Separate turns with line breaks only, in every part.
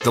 The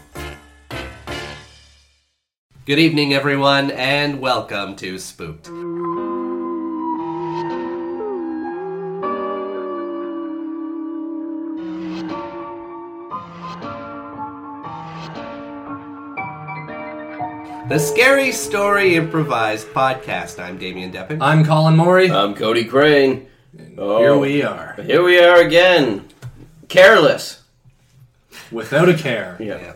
Good evening, everyone, and welcome to Spooked. The Scary Story Improvised Podcast. I'm Damian Deppin.
I'm Colin Morey.
I'm Cody Crane. Oh,
Here we are,
Here we are again. Careless.
without a care.
Yeah.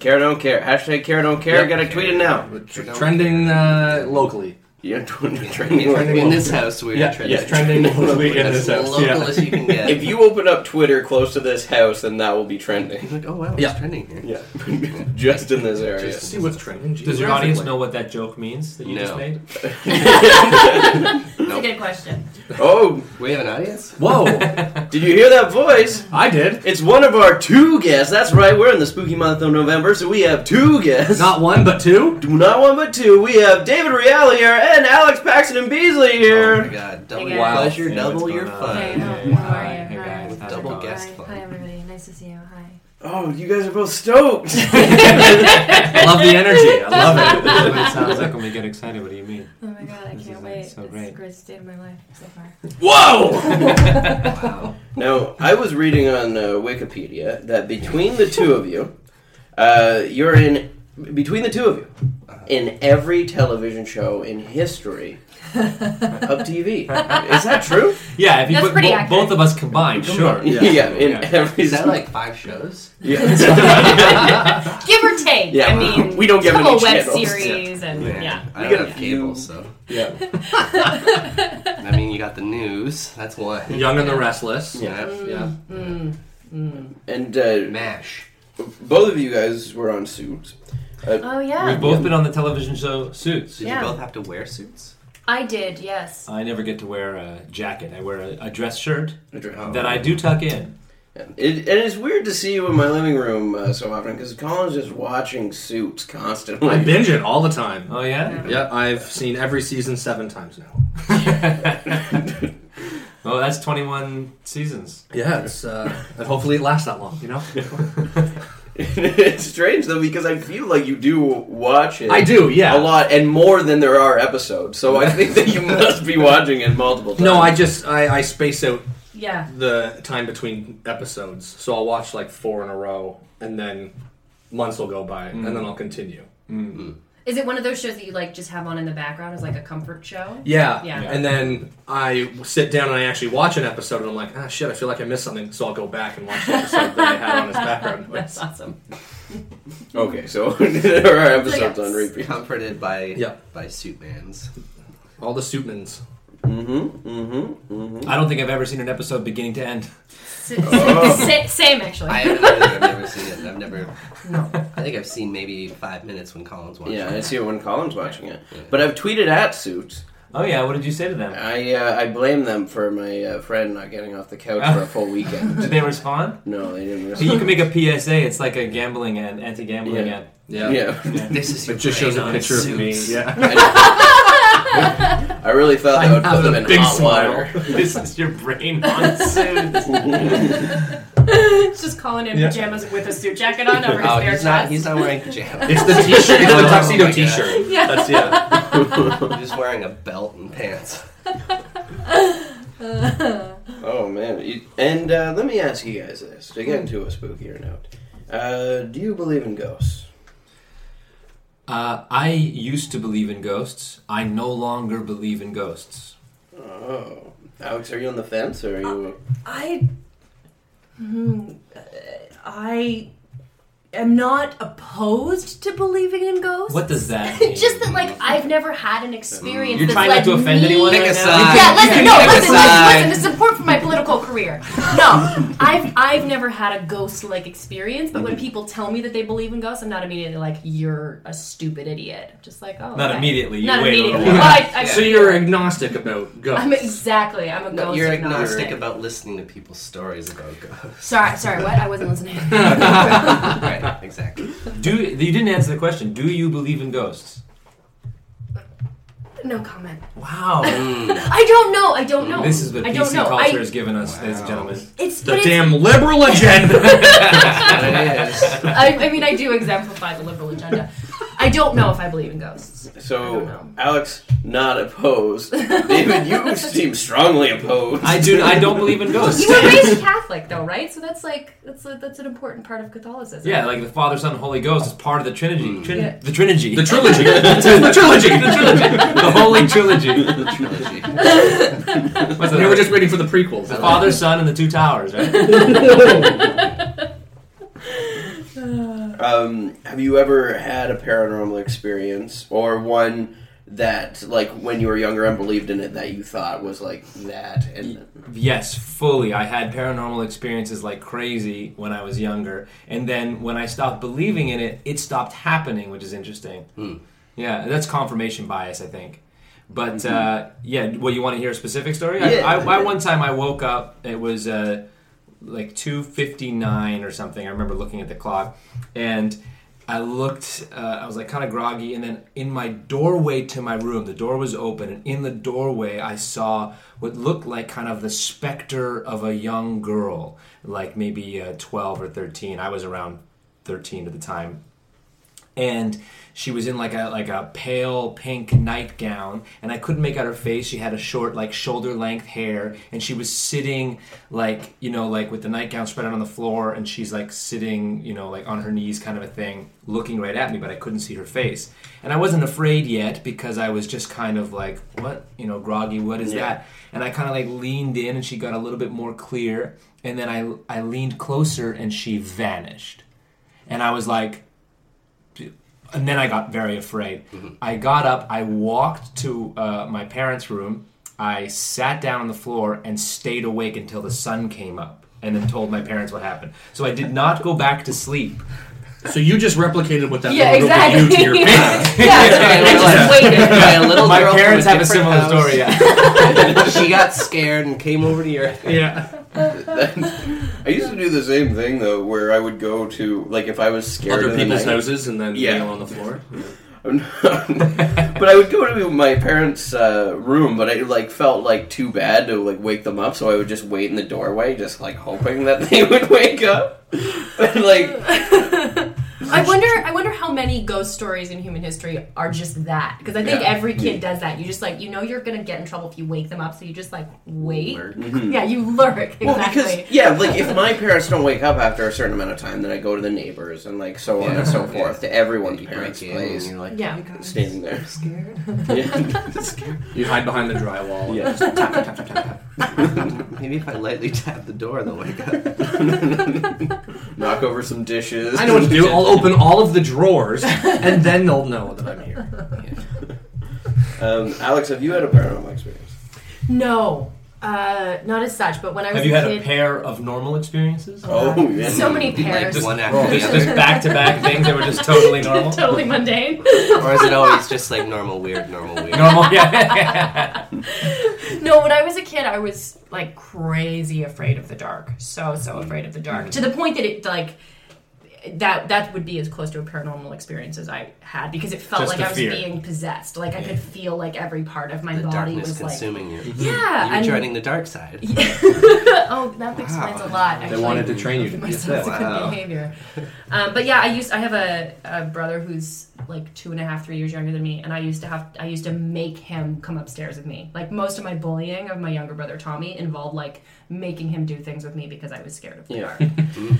Care don't care. Hashtag care don't care.
Yep.
Gotta tweet it now.
Tr- Trending uh, locally.
Yeah,
In,
trending.
in this house, we're
Yeah,
trying
yeah,
to-
trending locally in
as
this house.
local
Yeah.
as you can get.
If you open up Twitter close to this house, then that will be trending.
like, oh wow, it's
Yeah.
trending here.
Yeah. Just in this area.
Just see what's trending.
Does your audience know what that joke means that you
No.
just made?
That's a good question.
Oh,
We have an audience.
Whoa!
did you hear that voice?
I did.
It's one of our two guests. That's right. We're in the spooky month of November, so we have two guests.
Not one, but two.
Do not one but two. We have David Reale here and Alex Paxton and Beasley
Oh
here.
my god, double
Hey,
your
guys.
pleasure,
Hey,
double
what's
your
going
fun.
on?
Hey, how,
Hey,
how um, are
hi.
you?
Hey, guys.
Hi.
How's
double
it going?
guess.
Hi. Hi, everybody. Nice to see you. Hi.
Oh, you guys are both stoked.
I love the energy. I love it.
That's what it sounds like when we get excited. What do you mean?
Oh my god, I
This
can't
is so
wait. It's the
great.
greatest day of my life so far.
Whoa!
Wow.
now, I was reading on uh, Wikipedia that between the two of you, uh, you're in between the two of you in every television show in history of TV. Is that true?
Yeah, if you
That's
put
pretty
bo-
accurate.
both of us combined, sure.
Yeah, in every.
Is that like five shows?
Yeah.
Give or take.
Yeah,
I mean,
we don't give
couple
any
web
channels.
series and yeah.
I
You
got
got
a
a few-
cable, so
yeah.
I mean, you got the news. That's one.
Young and the Restless.
Yeah.
Yeah.
And uh,
Mash.
both of you guys were on Suits.
Oh yeah,
We've both been on the television show Suits.
Did
Yeah.
you both have to wear suits?
I did. Yes.
I never get to wear a jacket. I wear a, a dress shirt
Oh.
that I do tuck in.
It, and it's weird to see you in my living room uh, so often because Colin's just watching Suits constantly.
I binge it all the time.
Oh yeah.
Yeah, I've seen every season seven times now.
Oh, that's twenty-one seasons.
Yeah, it's, uh, and hopefully it lasts that long. You know,
it's strange though because I feel like you do watch it.
I do. Yeah,
a lot and more than there are episodes. So I think that you must be watching it multiple times.
No, I just I, I space out
Yeah.
the time between episodes. So I'll watch like four in a row, and then months will go by, and
Mm.
then I'll continue.
Is it one of those shows that you like just have on in the background as like a comfort show?
Yeah.
Yeah.
And then I sit down and I actually watch an episode, and I'm like, ah, shit, I feel like I missed something. So I'll go back and watch the episode that I had on as background
That's
noise.
awesome.
okay, so there are episodes on
Yes.
repeat.
Comforted by
Yeah.
by suitmans.
All the suitmans.
Mm-hmm. Mm-hmm. Mm-hmm.
I don't think I've ever seen an episode beginning to end.
S- s- sa- same actually.
I have I've never seen it. I've never. No. I think I've seen maybe five minutes when Colin's watching.
Yeah, I
it.
see it when Colin's watching it. But I've tweeted at Suits.
Oh yeah. What did you say to them?
I uh, I blame them for my uh, friend not getting off the couch for a full weekend.
Did they respond?
No, they didn't.
You can
Respond.
make a PSA. It's like a gambling and anti-gambling
Yeah.
ad.
Yeah.
Yeah.
This is
It just shows a picture of me. Yeah.
I really thought that would
I'm
put them
having a
in
big
hot
smile.
water.
this is your brain on suits.
it's just Colin in
Yeah.
pajamas with a suit jacket on over his
Oh,
bare
he's not.
chest.
He's not wearing pajamas.
It's the T-shirt. It's
Oh
the
my
tuxedo
God.
T-shirt.
Yeah.
That's yeah.
He's just wearing a belt and pants.
Oh man! You- And uh, let me ask you guys this to get into a spookier note. Uh, do you believe in ghosts?
Uh, I used to believe in ghosts. I no longer believe in ghosts.
Oh, Alex, are you on the fence or are you?
I, hmm, uh, I
am not opposed to believing in ghosts.
What does that mean?
Just that, like, I've never had an experience.
You're
that's
trying not
led
to offend
me-
anyone
Pick
right
a
now?
side.
Yeah, listen, no,
Pick a
listen,
side.
listen, listen. This is important for my political career. No, I've I've never had a ghost-like experience, but
Mm-hmm.
when people tell me that they believe in ghosts, I'm not immediately like, "You're a stupid idiot." I'm just like, oh,
Not
okay.
immediately, you
not
wait a little
immediately.
while.
Well, I, I,
So you're agnostic about ghosts.
I'm exactly. I'm a
No,
ghost.
you're agnostic
agnostic.
about listening to people's stories about ghosts.
Sorry, sorry. What? I wasn't listening.
right, exactly.
Do you didn't answer the question? Do you believe in ghosts?
no comment.
Wow,
Mm.
I don't know. I don't know.
this is what
I don't
PC
know.
culture
I,
has given us, ladies and gentlemen.
it's
the
but it's-
damn liberal agenda.
That's what it is.
I, I mean, I do exemplify the liberal agenda. I don't know if I believe in ghosts. Uh, don't
So
know.
Alex, not opposed. David, you seem strongly opposed.
I do. I don't believe in ghosts.
You were raised Catholic, though, right? So that's like that's a, that's an important part of Catholicism.
Yeah, like the Father, Son, and Holy Ghost is part of the Trinity. Trin-
Yeah.
The Trinity.
Hmm. the trilogy. the trilogy. The trilogy.
the Holy Trilogy.
Trilogy.
What's
We
the,
were just waiting for the prequels.
the Father, Son, and the Two Towers, right?
Um, have you ever had a paranormal experience or one that, like, when you were younger and believed in it, that you thought was like that? And
yes, fully. I had paranormal experiences like crazy when I was younger, and then when I stopped believing in it, it stopped happening, which is interesting. Yeah, that's confirmation bias, I think. But uh, yeah, well, you want to hear a specific story?
Yeah.
I, I, I one time I woke up. It was uh, like two fifty nine or something. I remember looking at the clock, and I looked. Uh, I was like kind of groggy, and then in my doorway to my room, the door was open, and in the doorway I saw what looked like kind of the specter of a young girl, like maybe uh, twelve or thirteen. I was around thirteen at the time, and she was in like a like a pale pink nightgown and i couldn't make out her face she had a short like shoulder length hair and she was sitting like you know like with the nightgown spread out on the floor and she's like sitting you know like on her knees kind of a thing looking right at me but i couldn't see her face and i wasn't afraid yet because i was just kind of like what you know groggy what is that and i kind of like leaned in and she got a little bit more clear and then i i leaned closer and she vanished and i was like and then I got very afraid.
Mm-hmm.
I got up, I walked to uh, my parents' room, I sat down on the floor and stayed awake until the sun came up, and then told my parents what happened. So I did not go back to sleep.
So you just replicated what that
yeah,
little girl did
exactly.
you to your parents.
yeah, I just waited.
By a little
my
girl from a
parents have a
different
similar
house.
story. Yeah.
She got scared and came over to your.
Yeah.
I used to do the same thing though, where I would go to like if I was scared.
Other
in the
people's
night-
noses and then
Yeah.
yeah. on the floor.
but I would go to my parents' uh, room, but I like felt like too bad to like wake them up, so I would just wait in the doorway, just like hoping that they would wake up. But like,
I wonder. I wonder how many ghost stories in human history are just that. Because I think
Yeah.
every kid does that. You just like you know you're gonna get in trouble if you wake them up, so you just like wait.
Lurk.
Yeah, you lurk exactly.
well, because yeah, like if my parents don't wake up after a certain amount of time, then I go to the neighbors and like so on and so forth to everyone's
You
parents'
break in and
place.
you're like,
Yeah.
Standing there,
scared.
You hide behind the drywall.
Yeah.
Just tap, tap, tap, tap, tap.
Maybe if I lightly tap the door, they'll wake up.
knock over some dishes.
I know what to do. I'll open all of the drawers, and then they'll know that I'm here.
Um, Alex, have you had a paranormal experience?
No, uh, not as such. But when I was
Have you
a
had
kid,
a pair of normal experiences?
Oh, yeah.
so many
Like
pairs,
one after the
Just
other.
just back to back things that were just totally normal.
totally mundane.
Or is it always just like normal weird, normal weird?
Normal, yeah.
No, when I was a kid, I was like crazy afraid of the dark. So so afraid of the dark to the point that it like that that would be as close to a paranormal experience as I had because it felt
Just
like
the
I was
fear.
being possessed. Like I could feel like every part of my
The
body
darkness
was like
consuming you.
yeah.
You're
and-
joining the dark side.
oh, that explains a lot. Actually.
wanted to train you to
My
do
subsequent
that. Wow.
behavior. Um, but yeah, I used I have a, a brother who's like two and a half, three years younger than me, and I used to have I used to make him come upstairs with me. Like most of my bullying of my younger brother Tommy involved like making him do things with me because I was scared of the
Yeah.
dark.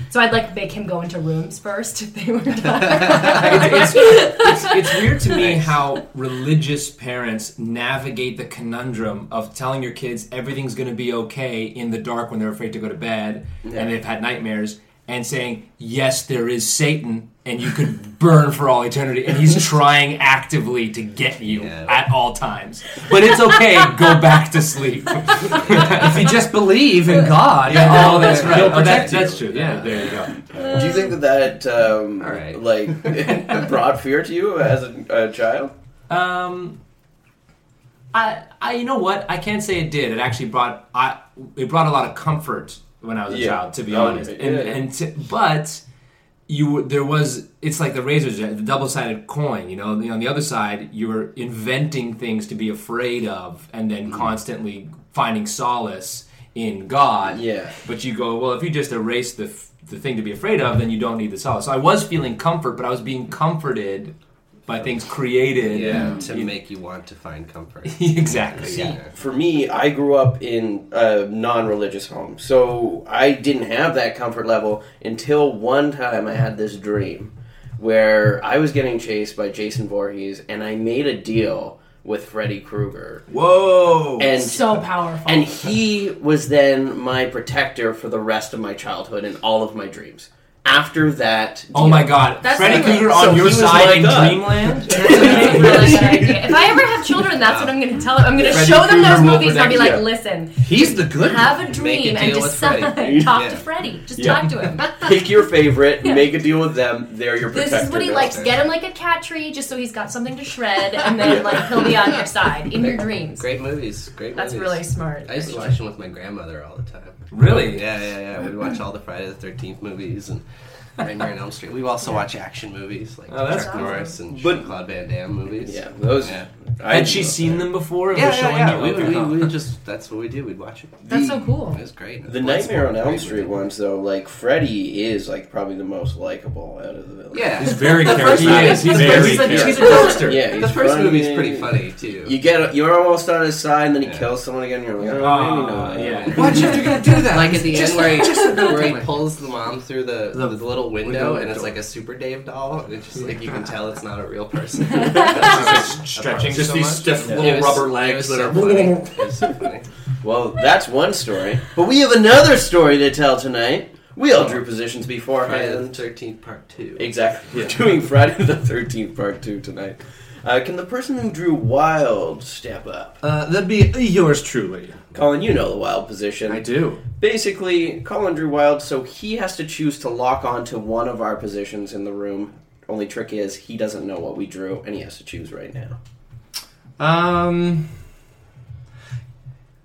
so I'd like make him go into rooms first if they were dark.
it's, it's, it's, it's weird to me how religious parents navigate the conundrum of telling your kids everything's going to be okay in the dark when they're afraid to go to bed and they've had nightmares and saying, "Yes, there is Satan, and you could burn for all eternity." And he's trying actively to get you
Yeah.
at all times. But it's okay. go back to sleep.
if you just believe in God,
Yeah,
all
oh, that's
that-
right.
He'll
Oh, that-
protect you.
that's true. Yeah, there you go.
Do you think that that um,
All right.
like brought fear to you as a, a child?
Um, I, I, you know what? I can't say it did. It actually brought, I, it brought a lot of comfort when I was a
Yeah.
child, to be
Oh,
honest.
yeah,
and,
yeah.
and to, but you, were- there was, it's like the razor's edge, the double-sided coin. You know, on the other side, you were inventing things to be afraid of, and then
Mm-hmm.
constantly finding solace in God.
Yeah.
But you go, well, if you just erase the f- the thing to be afraid of, then you don't need the solace. So I was feeling comfort, but I was being comforted by things created.
Yeah,
and-
to make you want to find comfort.
exactly. Yeah.
Yeah.
For me, I grew up in a non-religious home, so I didn't have that comfort level until one time I had this dream where I was getting chased by Jason Voorhees, and I made a deal with Freddy Krueger,
Whoa.
and
so powerful.
and he was then my protector for the rest of my childhood and all of my dreams. After that,
oh my God.
That's
Freddy
amazing.
Krueger
So
on
he
your
was
side
like
in
that.
Dreamland.
That's a really good idea. If I ever have children, that's what I'm going to tell them. I'm going to
Freddy
show them
Krueger
those
will
movies and I'll be like,
protect you.
listen,
He's the good
have a
Make
dream
a
and
deal with
decide.
Freddy.
Talk
Yeah.
to Freddy. Just
Yeah.
talk to him.
pick your favorite, make a deal with them. They're your
This
protector.
is what he
now.
likes. Get him like a cat tree, just so he's got something to shred, and then like he'll be on your side in your dreams.
Great movies. Great
That's
movies.
really smart.
I used to watch them with my grandmother all the time.
Really?
Yeah, yeah, yeah. We'd watch all the Friday the Thirteenth movies and Nightmare on Elm Street. We also watch action movies like
Oh, that's
Chuck
cool.
Norris and
But-
Jean Claude Van Damme movies.
Yeah, those.
Yeah.
I
Had she
love
seen
that.
them before? and was
Yeah,
showing
yeah, yeah.
you?
We,
Okay.
we, we just that's what we did. We'd watch it.
That's so cool.
It was great.
The
Bloodsport,
Nightmare on Elm
great
Street
movie.
ones, though, like Freddy is like probably the most likable out of the villains.
Yeah,
He's very charismatic.
He is. He's,
Very
he's, a, he's a
charismatic.
jokester.
yeah.
the
he's
first
funny.
movie's pretty funny too.
You get you're almost on his side, and then he
Yeah.
kills someone again. You're like, oh,
Ah,
maybe not.
yeah.
Why'd you have to do that? Like at the end where he, where he pulls the mom through the, the, little window and it's like a Super Dave doll, and it's just like you can tell it's not a real person.
Stretching
Just
so
these
much.
stiff
Yeah.
little
It was-
rubber
it was
legs that
so
are.
funny. It was so funny.
Well, that's one story, but we have another story to tell tonight. We all drew positions
Friday the
beforehand.
Thirteenth Part Two.
Exactly. We're doing Friday the Thirteenth Part Two tonight. Uh, can the person who drew Wild step up?
Uh, that'd be yours truly.
Colin, you know the Wild position.
I do.
basically Colin drew wild, so he has to choose to lock on to one of our positions in the room. Only trick is he doesn't know what we drew, and he has to choose right now.
Um,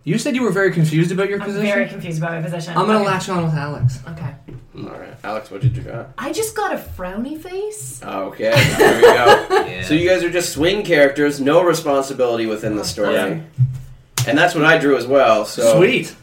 you said you were very confused about your
I'm
position.
very confused about my position.
I'm gonna
okay.
latch on with Alex.
Okay.
All right, Alex, what did you draw? Ah,
I just got a frowny face.
Okay, there we go.
Yeah.
so you guys are just swing characters, no responsibility within the story,
Yeah.
and that's what I drew as well. So
Sweet.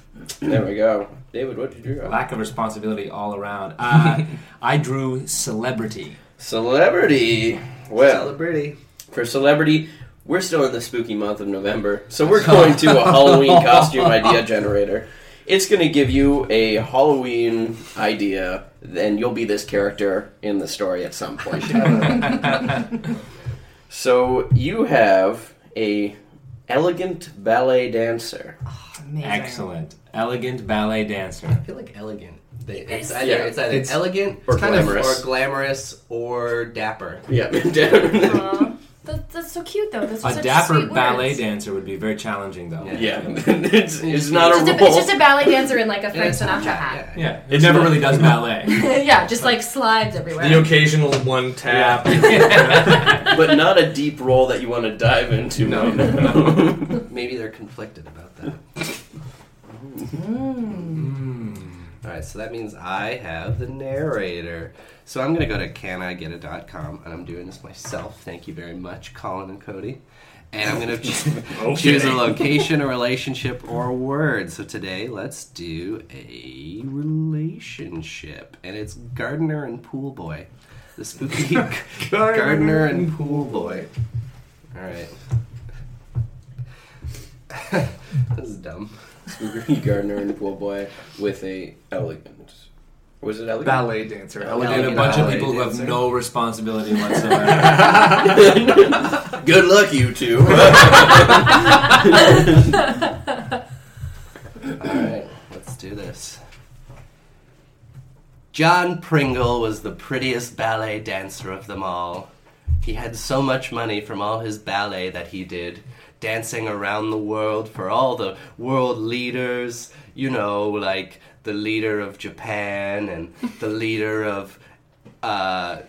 there we go. David, what did you draw?
Lack of responsibility all around. Uh, I drew celebrity.
Celebrity. Well,
Celebrity.
for celebrity, we're still in the spooky month of November, so we're going to a Halloween costume idea generator. It's going to give you a Halloween idea, and you'll be this character in the story at some point. so you have a elegant ballet dancer.
Amazing.
Excellent. Elegant ballet dancer.
I feel like elegant. They,
Yes.
it's either
Yeah.
it's either
It's-
elegant
or
it's kind of-
glamorous.
or glamorous or dapper.
Yeah,
Aw, that, that's so cute though. That's
A
such
dapper
sweet
ballet
words.
dancer would be very challenging, though.
Yeah.
yeah. it's, it's not
It's
a
just, a, it's
role.
just a ballet dancer in like a Frank
it's
Sinatra
not-
hat.
yeah.
Yeah, it never really does ballet.
Yeah. just like slides everywhere.
The occasional one tap.
but not a deep role that you want to dive into.
No.
right now.
Maybe they're conflicted about that. Mm. All right, so that means I have the narrator. So I'm going to go to caniget.com, and I'm doing this myself. Thank you very much, Colin and Cody. And I'm going to choose a location, a relationship, or a word. So today, let's do a relationship, and it's gardener and pool boy. The spooky gardener and pool boy. All right. this is dumb.
Spooky Gardener and Pool Boy with a elegant. Was it elegant?
ballet dancer.
And a
Elegant
bunch of
ballet
people who have
dancer.
no responsibility whatsoever.
Good luck, you two.
All right, let's do this. John Pringle was the prettiest ballet dancer of them all. He had so much money from all his ballet that he did, dancing around the world for all the world leaders, you know, like the leader of Japan and the leader of uh,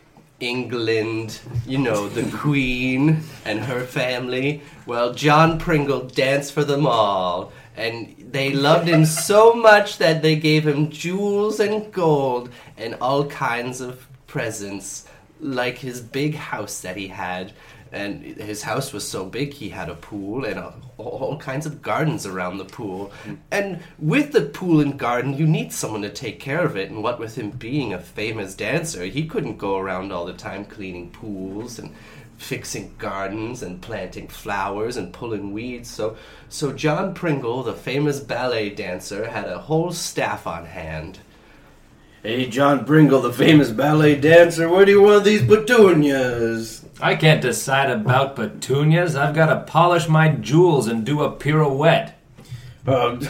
England, you know, the Queen and her family. Well, John Pringle danced for them all. And they loved him so much that they gave him jewels and gold and all kinds of presents, like his big house that he had. And his house was so big, he had a pool and a, all kinds of gardens around the pool. And with the pool and garden, you need someone to take care of it. And what with him being a famous dancer, he couldn't go around all the time cleaning pools and fixing gardens and planting flowers and pulling weeds. So, so John Pringle, the famous ballet dancer, had a whole staff on hand.
Hey, John Pringle, the famous ballet dancer, where do you want these petunias?
I can't decide about petunias. I've got to polish my jewels and do a pirouette.
Um,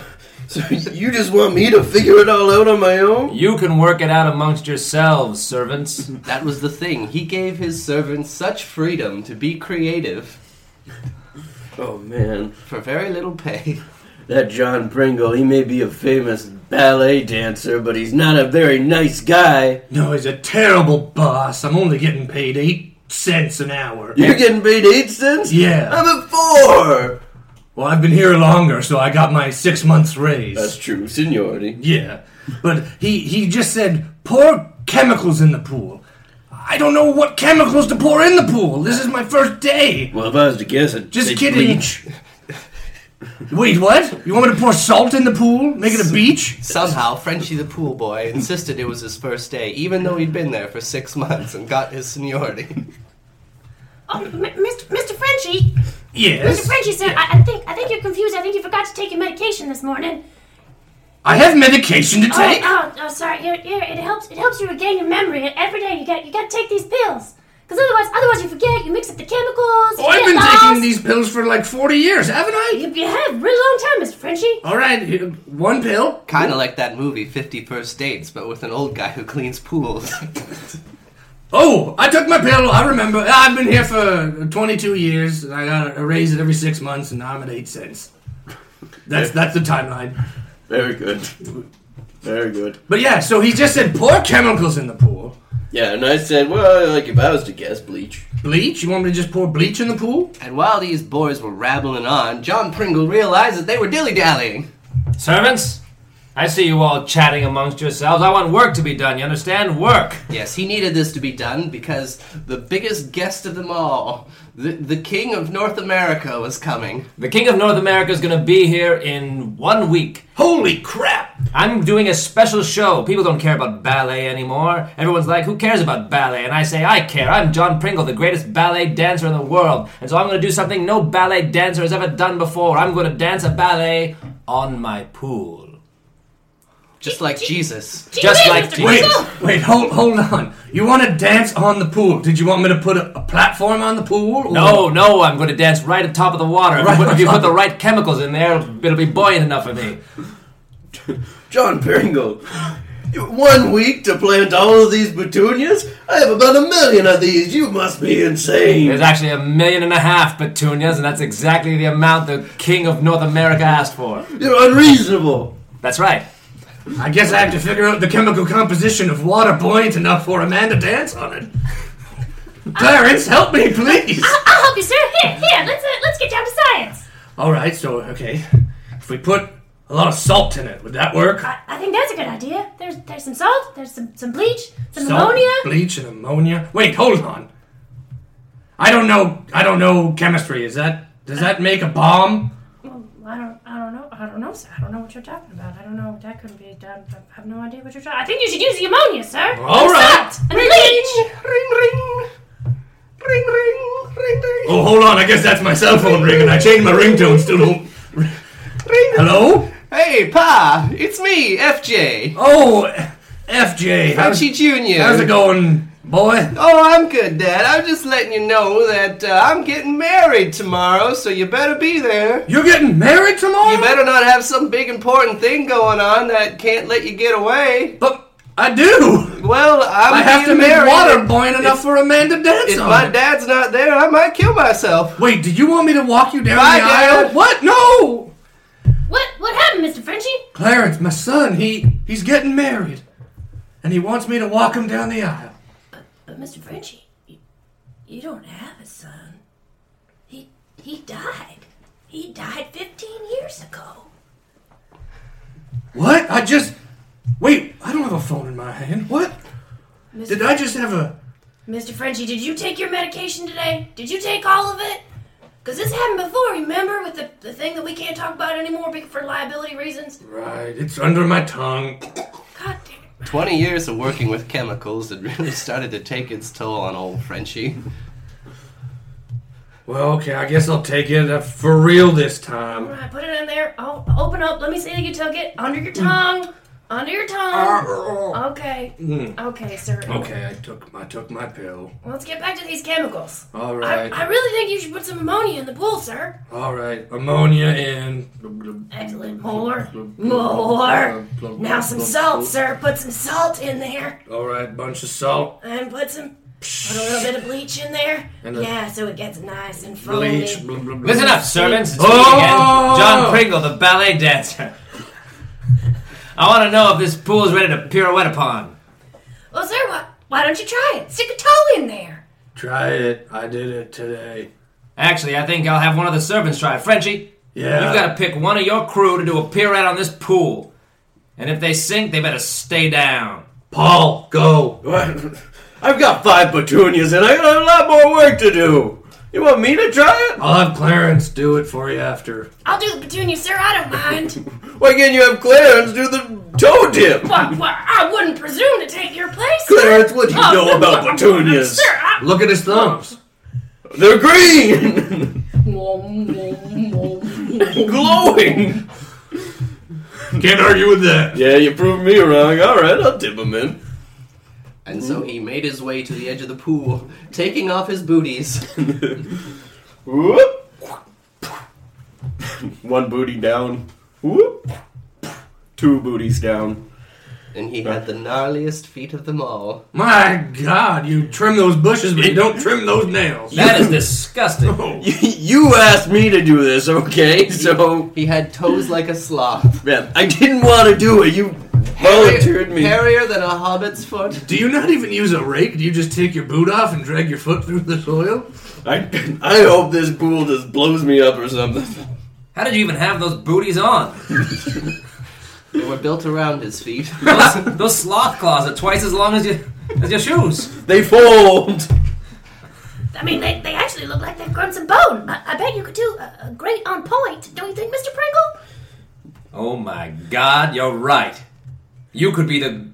so you just want me to figure it all out on my own?
You can work it out amongst yourselves, servants.
That was the thing. He gave his servants such freedom to be creative
Oh man,
for very little pay.
that John Pringle, he may be a famous ballet dancer, but he's not a very nice guy.
No, he's a terrible boss. I'm only getting paid eight cents an hour.
You're getting paid eight cents?
Yeah.
I'm at four!
Well, I've been here longer, so I got my six months raise.
That's true, seniority.
yeah, but he he just said pour chemicals in the pool. I don't know what chemicals to pour in the pool. This is my first day.
Well, if I was to guess, I'd
Just
say
kidding.
bleach.
Wait, what? You want me to pour salt in the pool? Make it a beach?
Somehow, Frenchie the pool boy insisted it was his first day, even though he'd been there for six months and got his seniority.
Oh, M- Mr. Mr. Frenchie, Mr.
Yes.
Frenchie, sir, I, I think I think you're confused. I think you forgot to take your medication this morning.
I have medication to
Oh,
take.
oh, oh, sorry. Here, here, it helps. It helps you regain your memory. Every day you got you got to take these pills, because otherwise, otherwise you forget. You mix up the chemicals. you
Oh, I've
get
been
lost.
taking these pills for like 40 years, haven't I?
You, you have a really long time, Mr. Frenchie.
All right, here, one pill.
Kind of like that movie, 50 First Dates, but with an old guy who cleans pools.
Oh, I took my pill. I remember. I've been here for 22 years, and I got a raise it every six months, and now I'm at eight cents. That's that's the timeline.
Very good. Very good.
But yeah, so he just said pour chemicals in the pool.
Yeah, and I said, well, like if I was to guess, bleach.
Bleach? You want me to just pour bleach in the pool?
and while these boys were rabbling on, John Pringle realized that they were dilly dallying.
servants, I see you all chatting amongst yourselves. I want work to be done, you understand? Work!
Yes, he needed this to be done because the biggest guest of them all, the, the king of North America, was coming.
The King of North America is going to be here in one week.
Holy crap!
I'm doing a special show. People don't care about ballet anymore. Everyone's like, who cares about ballet? And I say, I care. I'm John Pringle, the greatest ballet dancer in the world. And so I'm going to do something no ballet dancer has ever done before. I'm going to dance a ballet on my pool.
Just like Jesus.
Just like
Mr.
Wait,
Jesus.
Pringle.
wait, hold hold on. You want to dance on the pool? Did you want me to put a, a platform on the pool? or-
No, no, I'm going to dance right at top of the water. If, you
Right
put, if you
on
put
top.
the right chemicals in there, it'll be buoyant enough for me.
John Pringle, one week to plant all of these petunias? I have about a million of these. You must be insane.
There's actually a million and a half petunias, and that's exactly the amount the King of North America asked for.
You're unreasonable.
That's right.
I guess I have to figure out the chemical composition of water buoyant enough for a man to dance on it. Clarence, help me, please!
I'll help you, sir. Here, here. Let's uh, let's get down to science.
Alright, so, okay. If we put a lot of salt in it, would that work?
I, I think that's a good idea. There's there's some salt. There's some some bleach. Some
Salt,
ammonia.
Bleach and ammonia. Wait, hold on. I don't know. I don't know chemistry. Is that does Um, that make a bomb?
Well, I don't, I don't know, I don't know, sir. I don't know what you're talking about. I don't know. That couldn't be done. I have no idea what you're talking. I think you should use the ammonia, sir.
All
Or
right.
salt and bleach.
Ring, ring. Ring, ring. Ring, ring.
Oh, hold on. I guess that's my cell phone ringing. I changed my ringtone. Still don't. Hello.
Hey, Pa! It's me, FJ.
Oh, FJ. How's,
Frenchie Jr.
how's it going, boy?
Oh, I'm good, Dad. I'm just letting you know that uh, I'm getting married tomorrow, so you better be there.
You're getting married tomorrow.
You better not have some big important thing going on that can't let you get away.
But I do.
Well, I'm
I have to
being
make
married.
water buoyant enough
If-
for a man to dance
If
on.
my dad's not there, I might kill myself.
Wait, do you want me to walk you down
Bye,
the
Dad.
aisle? What? No,
What what happened, Mr. Frenchie?
Clarence, my son. He he's getting married, and he wants me to walk him down the aisle.
But Mr. Frenchie, you, you don't have a son. He he died. He died 15 years ago.
What? I just wait. I don't have a phone in my hand. What? Did I just have a?
Mr. Frenchie, did you take your medication today? Did you take all of it? Because this happened before, remember, with the, the thing that we can't talk about anymore be- for liability reasons?
Right, it's under my tongue.
God damn it.
20 years of working with chemicals had really started to take its toll on old Frenchie.
Well, okay, I guess I'll take it uh, for real this time.
Alright, put it in there. Oh, open up. Let me see that you took it. Under your tongue. Under your tongue. Okay.
Mm.
Okay, sir.
Okay, I took I took my pill.
Let's get back to these chemicals. I,
All right,
I really think you should put some ammonia in the pool, sir.
all right. Ammonia in.
Excellent. More.
Mm.
More. Now some salt, sir. Put some salt in there.
All right, bunch of salt.
Oh,
And put some. Put a little bit of bleach in there.
And a-
yeah, so it gets nice and foamy.
Bleach. blah, blah, blah.
Listen up, servants. It's me
Oh!
again, John Pringle, the ballet dancer. I want to know if this pool is ready to pirouette upon.
Well, sir, why, why don't you try it? Stick a toe in there.
Try it. I did it today.
Actually, I think I'll have one of the servants try it. Frenchie,
Yeah.
you've got to pick one of your crew to do a pirouette on this pool. And if they sink, they better stay down.
Paul. Go.
I've got five petunias and I got a lot more work to do. You want me to try
I'll have Clarence do it for you after.
I'll do the petunia, sir. I don't mind.
it? Why can't you have Clarence do the toe dip?
well, well, I wouldn't presume to take your place. sir.
Clarence, what do you
Oh,
know
no,
about
no, no,
petunias?
Sir, I,
Look at his thumbs.
They're green, glowing.
Can't argue with that.
Yeah, you proved me wrong. All right, I'll dip them in.
And so
Mm.
he made his way to the edge of the pool, taking off his booties.
Whoop. One booty down. Whoop. Two booties down. Uh.
And he had the gnarliest feet of them all.
My God, you trim those bushes, but you don't trim those nails. Oh.
That is disgusting.
You asked me to do this, okay? So
He had toes like a sloth.
man, I didn't want to do it. You volunteered me.
Hairier than a hobbit's foot.
Do you not even use a rake? Do you just take your boot off and drag your foot through the soil?
I, I hope this pool just blows me up or something.
How did you even have those booties on?
They were built around his feet.
Those, those sloth claws are twice as long as your, as your shoes.
They fold.
I mean, they, they actually look like they've grown some bone. I, I bet you could do a, a great on point, don't you think, Mr. Pringle?
Oh my god, you're right. You could be the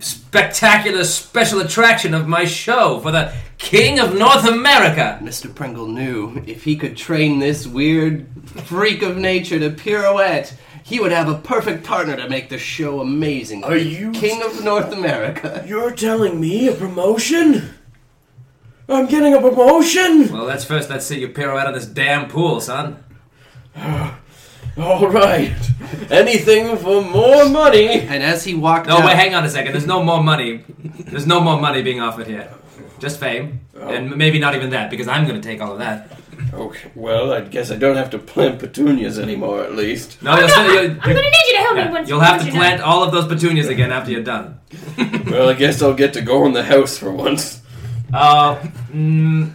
spectacular special attraction of my show for the King of North America.
Mr. Pringle knew if he could train this weird freak of nature to pirouette, he would have a perfect partner to make the show amazing.
Are you-
King of North America?
You're telling me a promotion? I'm getting a promotion.
Well, let's first let's see you pirouette on this damn pool, son.
All right. Anything for more money.
And as he walked
No,
down,
wait, hang on a second. There's no more money. There's no more money being offered here. Just fame, and maybe not even that, because I'm going to take all of that.
Okay. Well, I guess I don't have to plant petunias anymore, at least.
No, you'll, still,
I'm
you'll,
gonna need you to help me
yeah,
once
you'll have
once
to
you're done.
plant all of those petunias again after you're done.
Well, I guess I'll get to go in the house for once.
Uh, mm,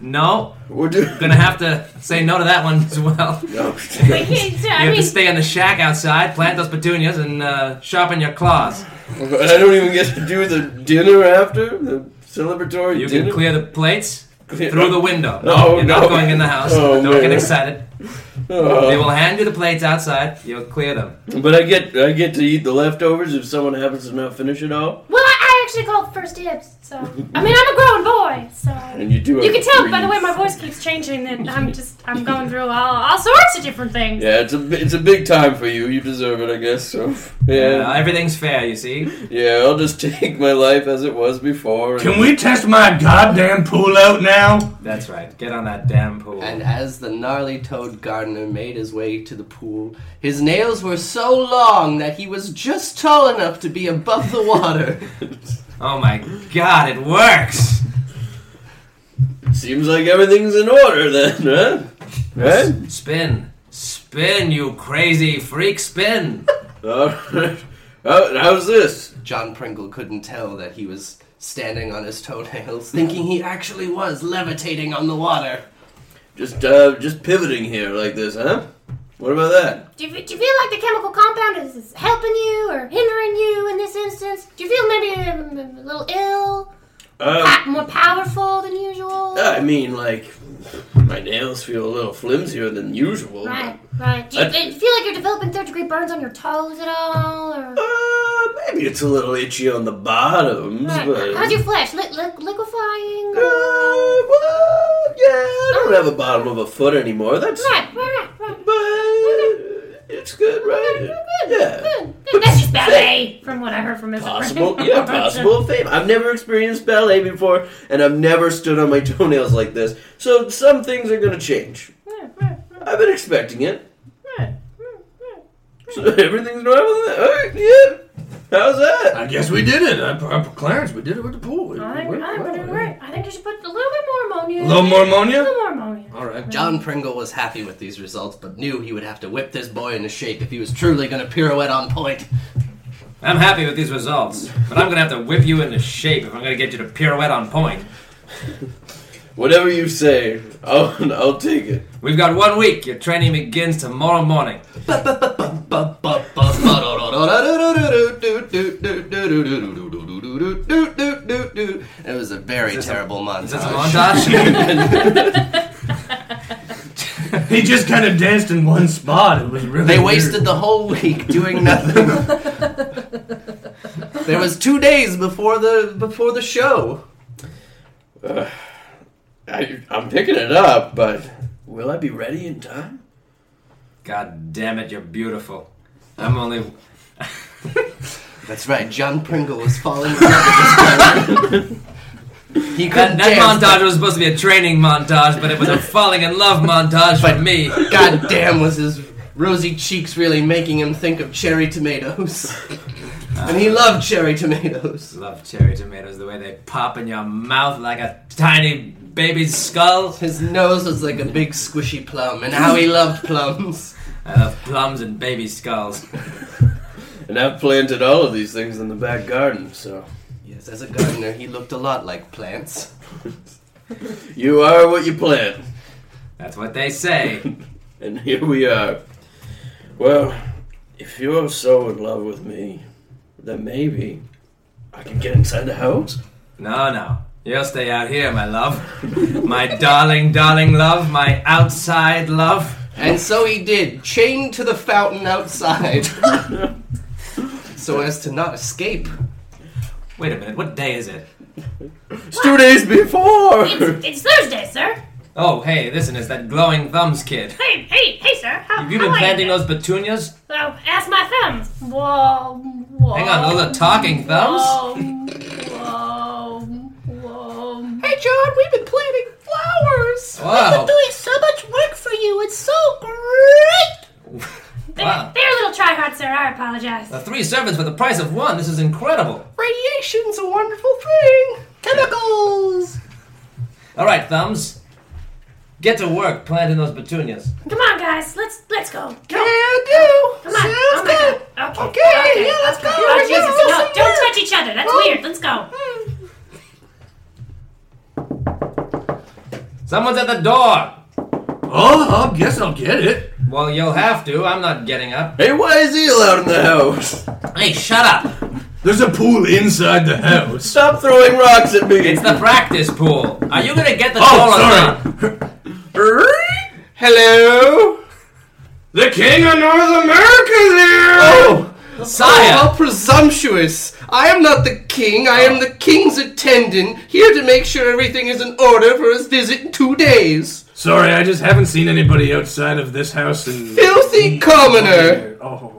no,
We're doing.
gonna have to say no to that one as well.
Wait, hey, sir,
You
I
have
mean,
to stay in the shack outside, plant those petunias, and uh, sharpen your claws.
I don't even get to do the dinner after the celebratory
You can
dinner.
clear the plates
Clear-
through the window.
No,
you're not
no.
going in the house.
Oh,
Don't get
man. Uh.
excited. They will hand you the plates outside. You'll clear them.
But I get I get to eat the leftovers if someone happens to not finish it all.
well, I, I actually called first dibs, so I mean I'm a grown boy, so
And you do
you
have
can tell by the
three-
way my voice keeps changing that I'm just I'm going through all, all sorts of different things.
Yeah, it's a bi- it's a big time for you. You deserve it, I guess. So
Yeah,
yeah,
Uh, everything's fair, you see.
yeah. I'll just take my life as it was before. and-
Can we test my goddamn pool out now?
That's right. Get on that damn pool.
And as the gnarly toad gardener made his way to the pool, his nails were so long that he was just tall enough to be above the water.
oh my god, it works!
Seems like everything's in order then, huh? Right?
Spin. Spin, you crazy freak, spin!
Alright. How, how's this?
John Pringle couldn't tell that he was standing on his toenails, thinking he actually was levitating on the water.
Just uh, just pivoting here like this, huh? What about that?
Do you, do you feel like the chemical compound is- is helping you or hindering you in this instance? Do you feel maybe um, a little ill,
Um,
pa- more powerful than usual?
Uh, I mean, like, my nails feel a little flimsier than usual. but-
Right, right. Do you,
I-
do you feel like you're developing third degree burns on your toes at all? Or
Uh, maybe it's a little itchy on the bottoms,
Right.
but.
how's your flesh? Li- li- liquefying?
Uh, well, yeah, I don't have a bottom of a foot anymore. That's.
Oh. Right, right, right, right.
But. uh, It's good, right? Yeah.
Good, good. That's just eh? ballet, from what I heard from Mr.
Possible,
Brown.
yeah, possible fame. I've never experienced ballet before, and I've never stood on my toenails like this. So some things are gonna change.
Right, right, right,
I've been expecting it.
right, right, right.
So everything's normal. All right, yeah. How's that?
I guess we did it. I, I, Clarence, we did it with the pool. It
I think,
worked
I, think
well.
you're right. I think you should put a little bit more ammonia.
A little more
A
ammonia?
little more ammonia.
All right.
John Pringle was happy with these results, but knew he would have to whip this boy into shape if he was truly going to pirouette on point.
I'm happy with these results, but I'm gonna have to whip you into shape if I'm gonna get you to pirouette on point.
Whatever you say, I'll, I'll take it.
We've got one week. Your training begins tomorrow morning.
It was a very terrible
Is this a
Ah,
montage.
montage?
He just kind of danced in one spot. It was really.
They
weird.
wasted the whole week doing nothing. there was two days before the before the show.
I, I'm picking it up, but will I be ready in time?
God damn it, you're beautiful. I'm
Oh.
only.
That's right. John Pringle was falling in love with his brother. He
That,
couldn't
that
dance,
montage was supposed to be a training montage, but it was a falling in love montage for me.
but God damn, was his rosy cheeks really making him think of cherry tomatoes? and he loved cherry tomatoes.
Love cherry tomatoes, the way they pop in your mouth like a tiny baby's skull.
His nose was like a big squishy plum, and how he loved plums.
I love plums and baby skulls.
And I've planted all of these things in the back garden, so
Yes, as a gardener, he looked a lot like plants.
you are what you plant.
That's what they say.
And here we are. Well, if you're so in love with me, then maybe I can get inside the house.
No, no. You'll stay out here, my love. My darling, darling love. My outside love.
And so he did, chained to the fountain outside. so as to not escape.
Wait a minute, what day is it?
It's two days before!
It's, it's Thursday, sir.
Oh, hey, listen, it's that glowing thumbs kid.
Hey, hey, hey, sir. How,
Have you
how
been
are
planting
you?
those petunias?
Well, ask my thumbs. Whoa, whoa.
Hang on, those are talking thumbs?
Whoa, whoa, whoa.
Hey, John, we've been planting flowers!
Wow.
doing so much work for you. It's so great. They're,
Wow. Uh.
they're a little tryhard, sir. I apologize.
The three servants for the price of one. This is incredible.
Radiation's a wonderful thing! Chemicals!
All right, thumbs. Get to work planting those petunias.
Come on, guys. Let's let's go.
Can do!
Come on. oh my God. Okay.
Okay, yeah, let's go.
Oh,
Yeah,
Jesus.
we'll
No,
see
don't
you.
touch each other.
Oh.
That's weird. Let's go.
Hmm.
Someone's at the door.
Oh, I guess I'll get it.
Well, you'll have to. I'm not getting up.
Hey, why is he allowed in the house?
Hey, shut up.
There's a pool inside the house.
Stop throwing rocks at me!
It's the practice pool. Are you gonna get the door or
Oh,
not?
sorry.
Hello?
The king of North America there.
Oh!
Sire!
Oh, how presumptuous! I am not the king. I am the king's attendant, here to make sure everything is in order for his visit in two days.
Sorry, I just haven't seen anybody outside of this house in.
Filthy commoner!
Oh.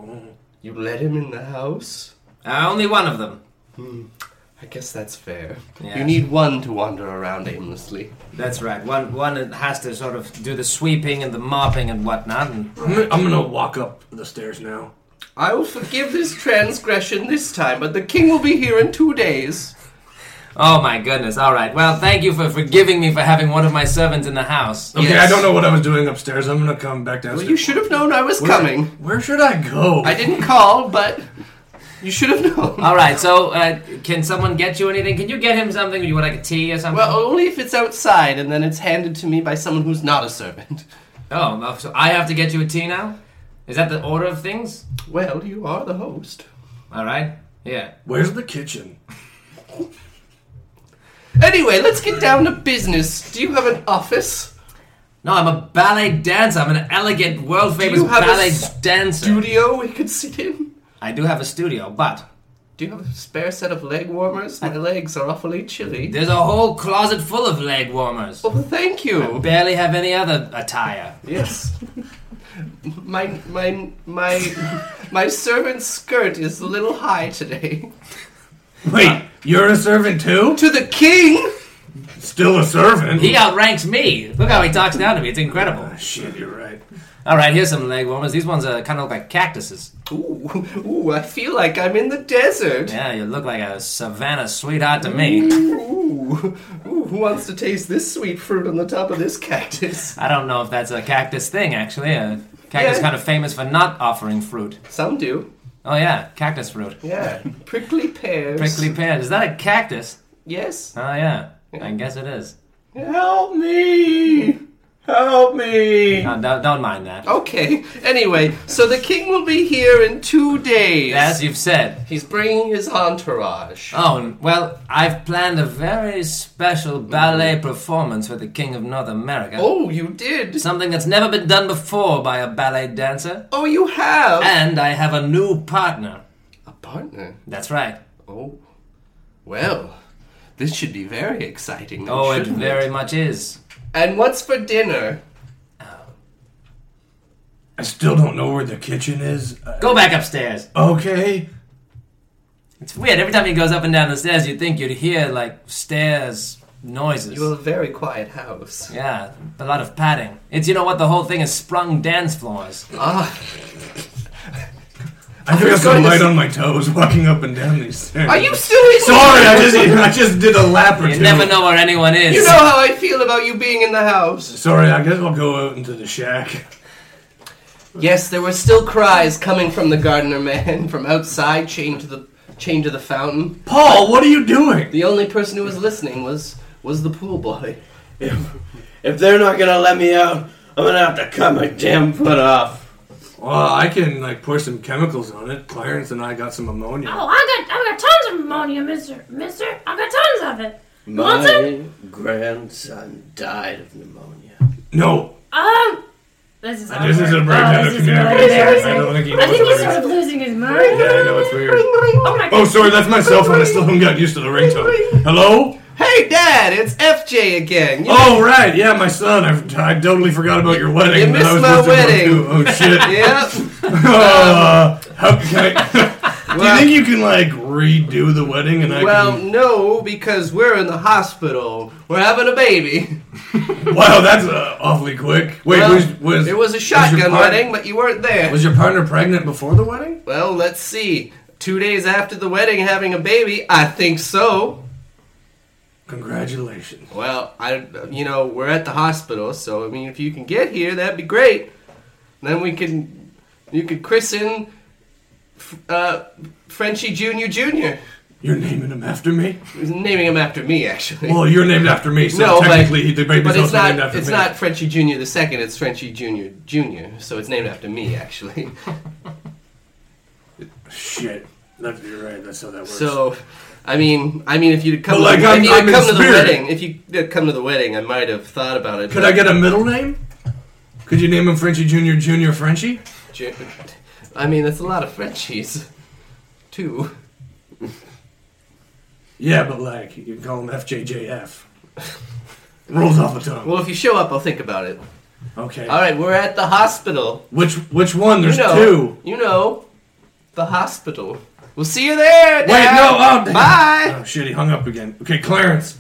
You let him in the house?
Uh, only one of them.
I guess that's fair.
Yeah.
You need one to wander around aimlessly.
That's right. One one has to sort of do the sweeping and the mopping and whatnot. And
I'm gonna, I'm gonna walk up the stairs now.
I will forgive this transgression this time, but the king will be here in two days.
oh my goodness! All right. Well, thank you for forgiving me for having one of my servants in the house.
Okay,
Yes.
I don't know what I was doing upstairs. I'm gonna come back downstairs.
Well, you should have known I was coming.
Where should I go?
I didn't call, but you should have known.
All right. So, uh, can someone get you anything? Can you get him something? You want like a tea or something?
Well, only if it's outside and then it's handed to me by someone who's not a servant.
oh, well, so I have to get you a tea now. Is that the order of things?
Well, you are the host.
All right. Yeah.
Where's the kitchen?
Anyway, let's get down to business. Do you have an office?
No, I'm a ballet dancer. I'm an elegant, world famous
you have a
ballet
s-
dancer.
Studio we could sit in?
I do have a studio, but
Do you have a spare set of leg warmers? My legs are awfully chilly.
there's a whole closet full of leg warmers.
Oh, thank you.
Barely have any other attire.
Yes. My my my my servant's skirt is a little high today.
Wait, you're a servant too?
To the king.
Still a servant?
He outranks me. Look how he talks down to me. It's incredible.
Ah, Shit, you're right.
All right, here's some leg warmers. These ones are kind of look like cactuses.
Ooh, ooh, I feel like I'm in the desert.
Yeah, you look like a savannah sweetheart to me.
Ooh, ooh, who wants to taste this sweet fruit on the top of this cactus?
I don't know if that's a cactus thing, actually. A cactus
Yeah.
kind of famous for not offering fruit.
Some do.
Oh yeah, cactus fruit.
Yeah. Prickly pears.
Prickly pear. Is that a cactus?
Yes.
Oh yeah, I guess it is.
Help me! Help me!
No, don't, don't mind that.
Okay. Anyway, so the king will be here in two days. Uh,
As you've said.
He's bringing his entourage.
Oh, well, I've planned a very special ballet performance for the King of North America.
Mm-hmm. Oh, you did.
Something that's never been done before by a ballet dancer.
Oh, you have
And I have a new partner.
a partner.
That's right.
Oh, well, this should be very exciting. then,
Oh, it
shouldn't
very much is.
And what's for dinner?
I still don't know where the kitchen is. Uh,
Go back upstairs.
okay.
It's weird. Every time he goes up and down the stairs, you'd think you'd hear, like, stairs noises.
You have a very quiet house.
Yeah, a lot of padding. It's, you know what, the whole thing is sprung dance floors.
Ah,
I think I have
going
some
to
light
s-
on my toes walking up and down these stairs.
are you still in?
Sorry, I just I just did a lap or
You
two.
never know where anyone is.
You know how I feel about you being in the house.
Sorry, I guess I'll go out into the shack.
Yes, there were still cries coming from the gardener man from outside, chained to the chained to the fountain.
Paul, what are you doing?
The only person who was listening was was the pool boy.
If they're not gonna let me out, I'm gonna have to cut my damn foot off.
Well, I can like pour some chemicals on it. Clarence and I got some ammonia.
Oh, I got, I got tons of ammonia, Mister, Mister. I got tons of it. Want
My grandson died of pneumonia.
No,
Um, this is.
this is a
awkward.
breakdown
Oh,
of
this is
communication. I
embarrassing.
don't think he
I
knows what
think he's
it
sort
is.
of losing his mind.
Yeah, I know it's weird.
Oh my
Oh,
god.
sorry, that's my cell phone. I still haven't got used to the ringtone. Hello?
Hey, Dad, it's FJ again. You-
Oh, right, yeah, my son. I, I totally forgot about your wedding.
You
and then I
missed
was
my
supposed to
wedding.
go too. Oh shit.
Yep.
Uh, how can I? Do you think you can like redo the wedding and I
Well,
can?
no, because we're in the hospital. We're having a baby.
Wow, that's uh, awfully quick. Wait,
Well,
was, was
it was a
your
shotgun
part-
wedding, but you weren't there.
Was your partner pregnant before the wedding?
well, let's see. Two days after the wedding, having a baby. I think so.
Congratulations.
Well, I, you know, we're at the hospital, so I mean, if you can get here, that'd be great. Then we can, you could christen, f- uh, Frenchie Junior Junior.
You're naming him after me?
Naming him after me, actually.
Well, you're named after me, so
no,
technically he-
but,
the baby's
but it's
also
not
named after
it's
me.
not Frenchie Junior the second. It's Frenchie Junior Junior. So it's named after me, actually.
Shit. That's, you're right. That's how that works.
so, I mean, I mean, if you'd come,
But,
to, the-
like, I'm-
if you'd
I'm in
come to the
spirit.
wedding, if you would come to the wedding, I might have thought about it.
could I get a middle name? Could you name him Frenchie Junior Junior Frenchie?
Ju- I mean, that's a lot of Frenchies. two.
Yeah, but like you can call him FJJF. Rolls off the tongue.
Well, if you show up, I'll think about it.
Okay.
All right, we're at the hospital.
Which which one? There's
you know,
two.
You know, the hospital. We'll see you there.
Wait, no.
Dad.
Oh, damn.
bye.
Oh shit, he hung up again. Okay, Clarence,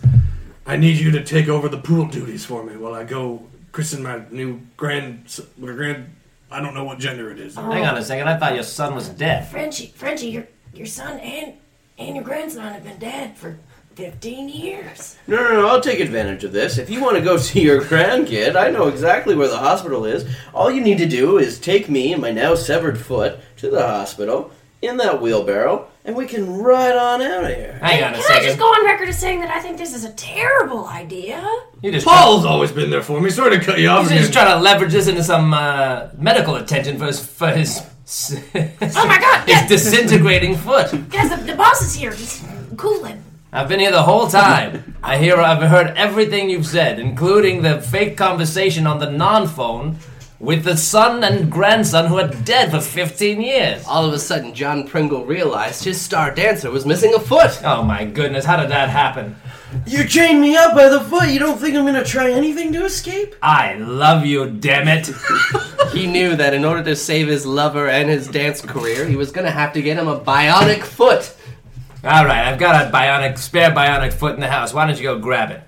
I need you to take over the pool duties for me while I go christen my new grand my grand. I don't know what gender it is.
Hang on a second. I thought your son was deaf.
Frenchie, Frenchie, your your son and and your grandson have been dead for fifteen years.
No, no, no, I'll take advantage of this. If you want to go see your grandkid, I know exactly where the hospital is. All you need to do is take me and my now severed foot to the hospital in that wheelbarrow, and we can ride on out of here.
Hang
Can
on a
I just
second.
go on record as saying that I think this is a terrible idea?
You just
Paul's always been there for me. Sorry to cut you off.
He's just
Again.
trying to leverage this into some uh, medical attention for his for his. oh
Oh my god,
His
guys,
disintegrating foot.
guys the, the boss is here. Just cool him.
I've been here the whole time. I hear I've heard everything you've said, including the fake conversation on the non-phone with the son and grandson who are dead for 15 years.
All of a sudden, John Pringle realized his star dancer was missing a foot.
Oh my goodness, how did that happen?
You chained me up by the foot. You don't think I'm gonna try anything to escape?
I love you, damn it.
He knew that in order to save his lover and his dance career, he was gonna have to get him a bionic foot.
All right, I've got a bionic spare bionic foot in the house. Why don't you go grab it?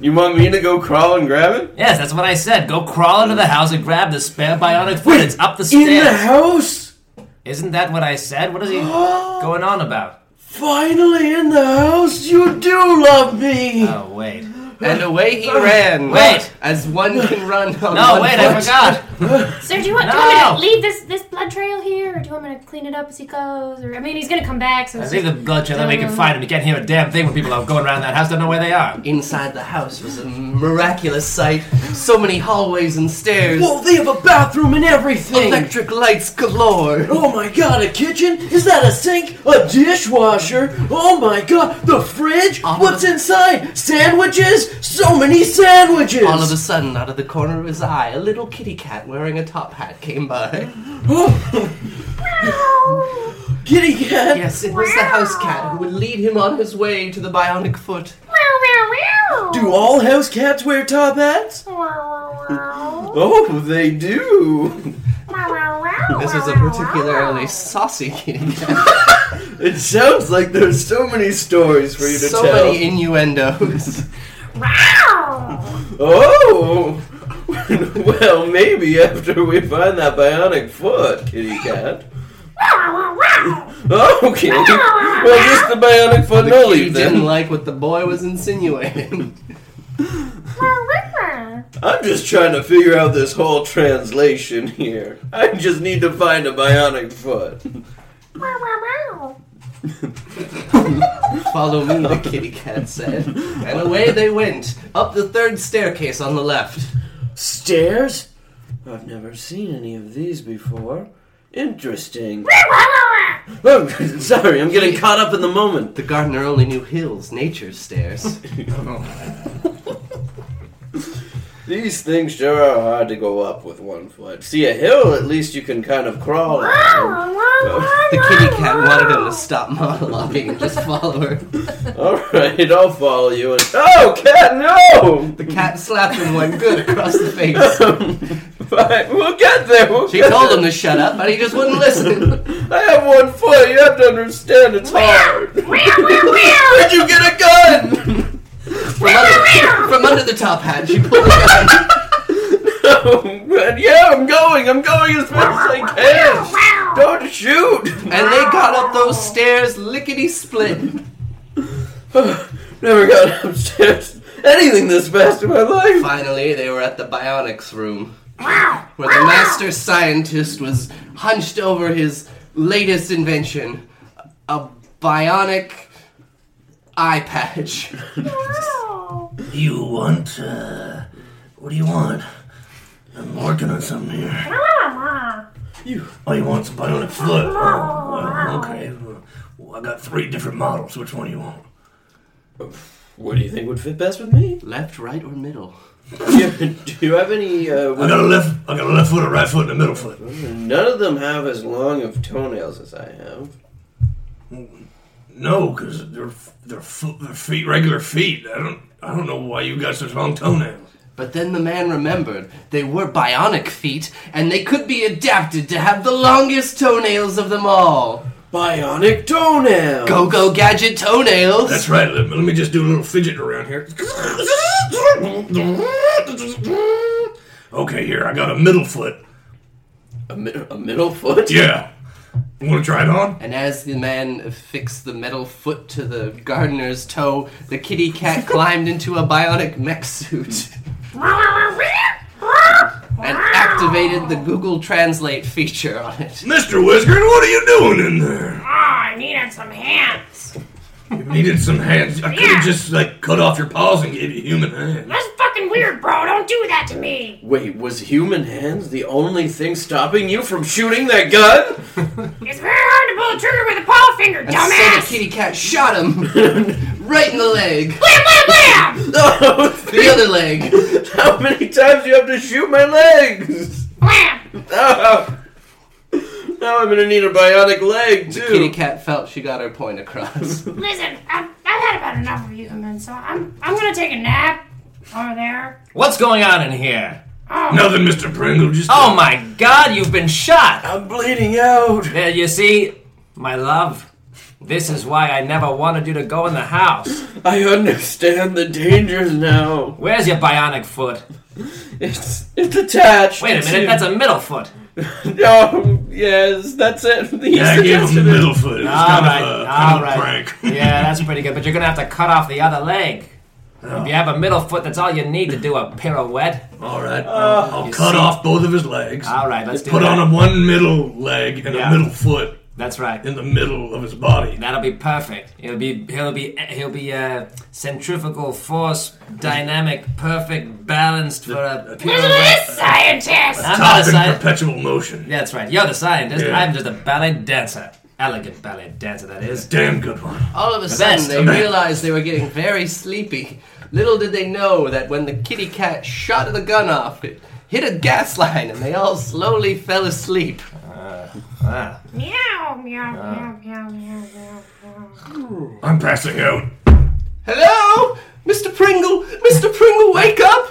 You want me to go crawl and grab it
Yes, that's what I said. Go crawl into the house and grab the spare bionic foot. it's up the
in
stairs.
the house?
Isn't that what I said? What is he going on about?
Finally in the house. You do love me.
Oh wait.
And away he ran.
Wait.
As one can run on
No,
one
wait,
foot.
I forgot.
Sir, do you want, do you
No!
want me to leave this, this blood trail here, or do you want me to clean it up as he goes? Or I mean, he's gonna come back, so.
I
it's
leave the
just-
blood trail that we can find him. You can't hear a damn thing when people are going around that house. Don't know where they are.
Inside the house was a miraculous sight. So many hallways and stairs.
Whoa, they have a bathroom and everything.
Electric lights galore.
Oh my god, a kitchen? Is that a sink? A dishwasher? Oh my god, the fridge? What's inside? Sandwiches? So many sandwiches!
All of a sudden, out of the corner of his eye, a little kitty cat wearing a top hat came by.
Kitty cat!
Yes, it was the house cat who would lead him on his way to the bionic foot.
Do all house cats wear top hats? Oh, they do!
This was a particularly saucy kitty cat.
It sounds like there's so many stories for you to
so
tell.
many innuendos.
Oh! well, maybe after we find that bionic foot, kitty cat. okay. Well, just the bionic foot
The
no
kitty
leave
Oh, didn't
then.
like what the boy was insinuating.
I'm just trying to figure out this whole translation here. I just need to find a bionic foot.
Follow me, the kitty cat said. And away they went, up the third staircase on the left.
Stairs? I've never seen any of these before. Interesting. oh, sorry, I'm getting caught up in the moment.
The gardener only knew hills, nature's stairs.
These things sure are hard to go up with one foot. See, a hill, at least you can kind of crawl. on.
The kitty cat wanted him to stop monologuing and just follow her.
Alright, I'll follow you. And- oh, cat, no!
The cat slapped him one good across the face.
Fine, we'll get there. We'll
She
get
told
there.
him to shut up, but he just wouldn't listen.
I have one foot. You have to understand it's hard. Where'd you get a gun?
From under, from under the top hat, she pulled a gun.
But Oh, yeah, I'm going. I'm going as fast as I can. Don't shoot.
And they got up those stairs lickety split.
Never got upstairs anything this fast in my life.
Finally, they were at the bionics room, where the master scientist was hunched over his latest invention a bionic eye patch.
You want? Uh, what do you want? I'm working on something here. You. Oh, you want some bionic foot? Oh, well, okay. Well, I got three different models. Which one do you want?
What do you think would fit best with me?
Left, right, or middle?
Do you, do you have any? Uh,
I got a left. I got a left foot, a right foot, and a middle foot.
none of them have as long of toenails as I have.
No, because they're they're, fo- they're feet, regular feet. I don't I don't know why you got such long toenails.
But then the man remembered they were bionic feet, and they could be adapted to have the longest toenails of them all.
Bionic toenail.
Go go gadget toenails!
That's right. Let, let me just do a little fidget around here. Okay, here I got a middle foot.
A, mi- a middle foot.
Yeah, want to try it on?
And as the man fixed the metal foot to the gardener's toe, the kitty cat climbed into a bionic mech suit and activated the Google Translate feature on it.
Mister Whisker, what are you doing in there?
Ah, I needed some hands.
You needed some hands. I could have just like cut off your paws and gave you human hands.
That's fucking weird, bro. Don't do that to me.
Wait, was human hands the only thing stopping you from shooting that gun?
It's very hard to pull the trigger with a paw finger,
So the
dumbass.
kitty cat shot him right in the leg,
Blam, blam, blam!
No.
the other leg.
How many times do you have to shoot my legs?
Blam!
Oh. Now I'm gonna need a bionic leg
The kitty
too.
cat felt she got her point across.
Listen, I've, I've had about enough of you humans, so I'm, I'm gonna take a nap over there.
What's going on in here?
Nothing, Mister Pringle. Just uh,
Oh my god, you've been shot!
I'm bleeding out.
There, you see, my love, this is why I never wanted you to go in the house.
I understand the dangers now.
Where's your bionic foot?
It's it's attached.
Wait a minute, that's a middle foot.
No, yes, that's it. He
Yeah, I gave him
suggested it.
middle foot. It was kind
Alright,
of a, kind of a
alright.
prank.
Yeah, that's pretty good, but you're gonna have to cut off the other leg. If you have a middle foot, that's all you need to do a pirouette.
All right, I'll- I'll cut off both of his legs.
Uh, All right, let's do
Put
that.
on a one middle leg and
Yeah.
a middle foot
That's right.
in the middle of his body.
That'll be perfect. He'll be he'll be he'll be uh, centrifugal force dynamic, perfect, balanced for a
Listen to
pirouette.
this scientist!
I'm not
Top
a
in
scientist.
perpetual motion.
That's right. You're the scientist.
Yeah.
I'm just a ballet dancer. Elegant ballet dancer, that is.
Damn good one.
All of a
best,
sudden, they realized they were getting very sleepy. Little did they know that when the kitty cat shot the gun off, it hit a gas line and they all slowly fell asleep.
Ah.
Meow, meow, meow, meow, meow, meow, meow.
I'm passing out.
Hello? Mr. Pringle! Mr. Pringle, wake up!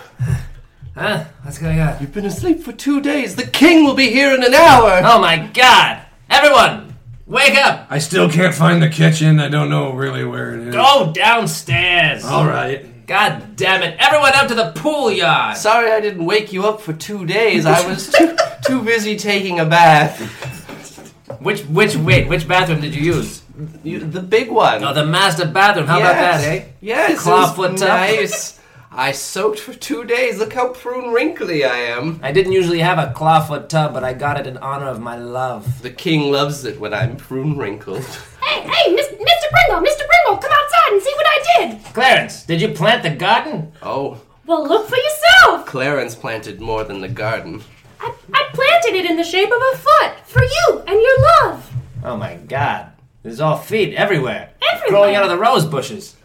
Huh? What's going on?
You've been asleep for two days. The king will be here in an hour!
Oh my god! Everyone! Wake up!
I still can't find the kitchen. I don't know really where it is.
Go downstairs!
All right.
God damn it! Everyone up to the pool yard!
Sorry I didn't wake you up for two days. I was too, too busy taking a bath.
Which which wait, which bathroom did you use?
You, the big one.
Oh the master bathroom, how about
yes.
that, eh?
Yes,
Claw
it was
foot tub.
nice. I soaked for two days. Look how prune wrinkly I am.
I didn't usually have a clawfoot tub, but I got it in honor of my love.
The king loves it when I'm prune wrinkled.
Hey, hey, Miss, Mr. Pringle, Mr. Pringle, come outside and see what I did.
Clarence, did you plant the garden?
Oh,
Well, look for yourself.
Clarence planted more than the garden.
I, I planted it in the shape of a foot for you and your love.
Oh my god. There's all feet everywhere.
Everywhere.
Growing out of the rose bushes.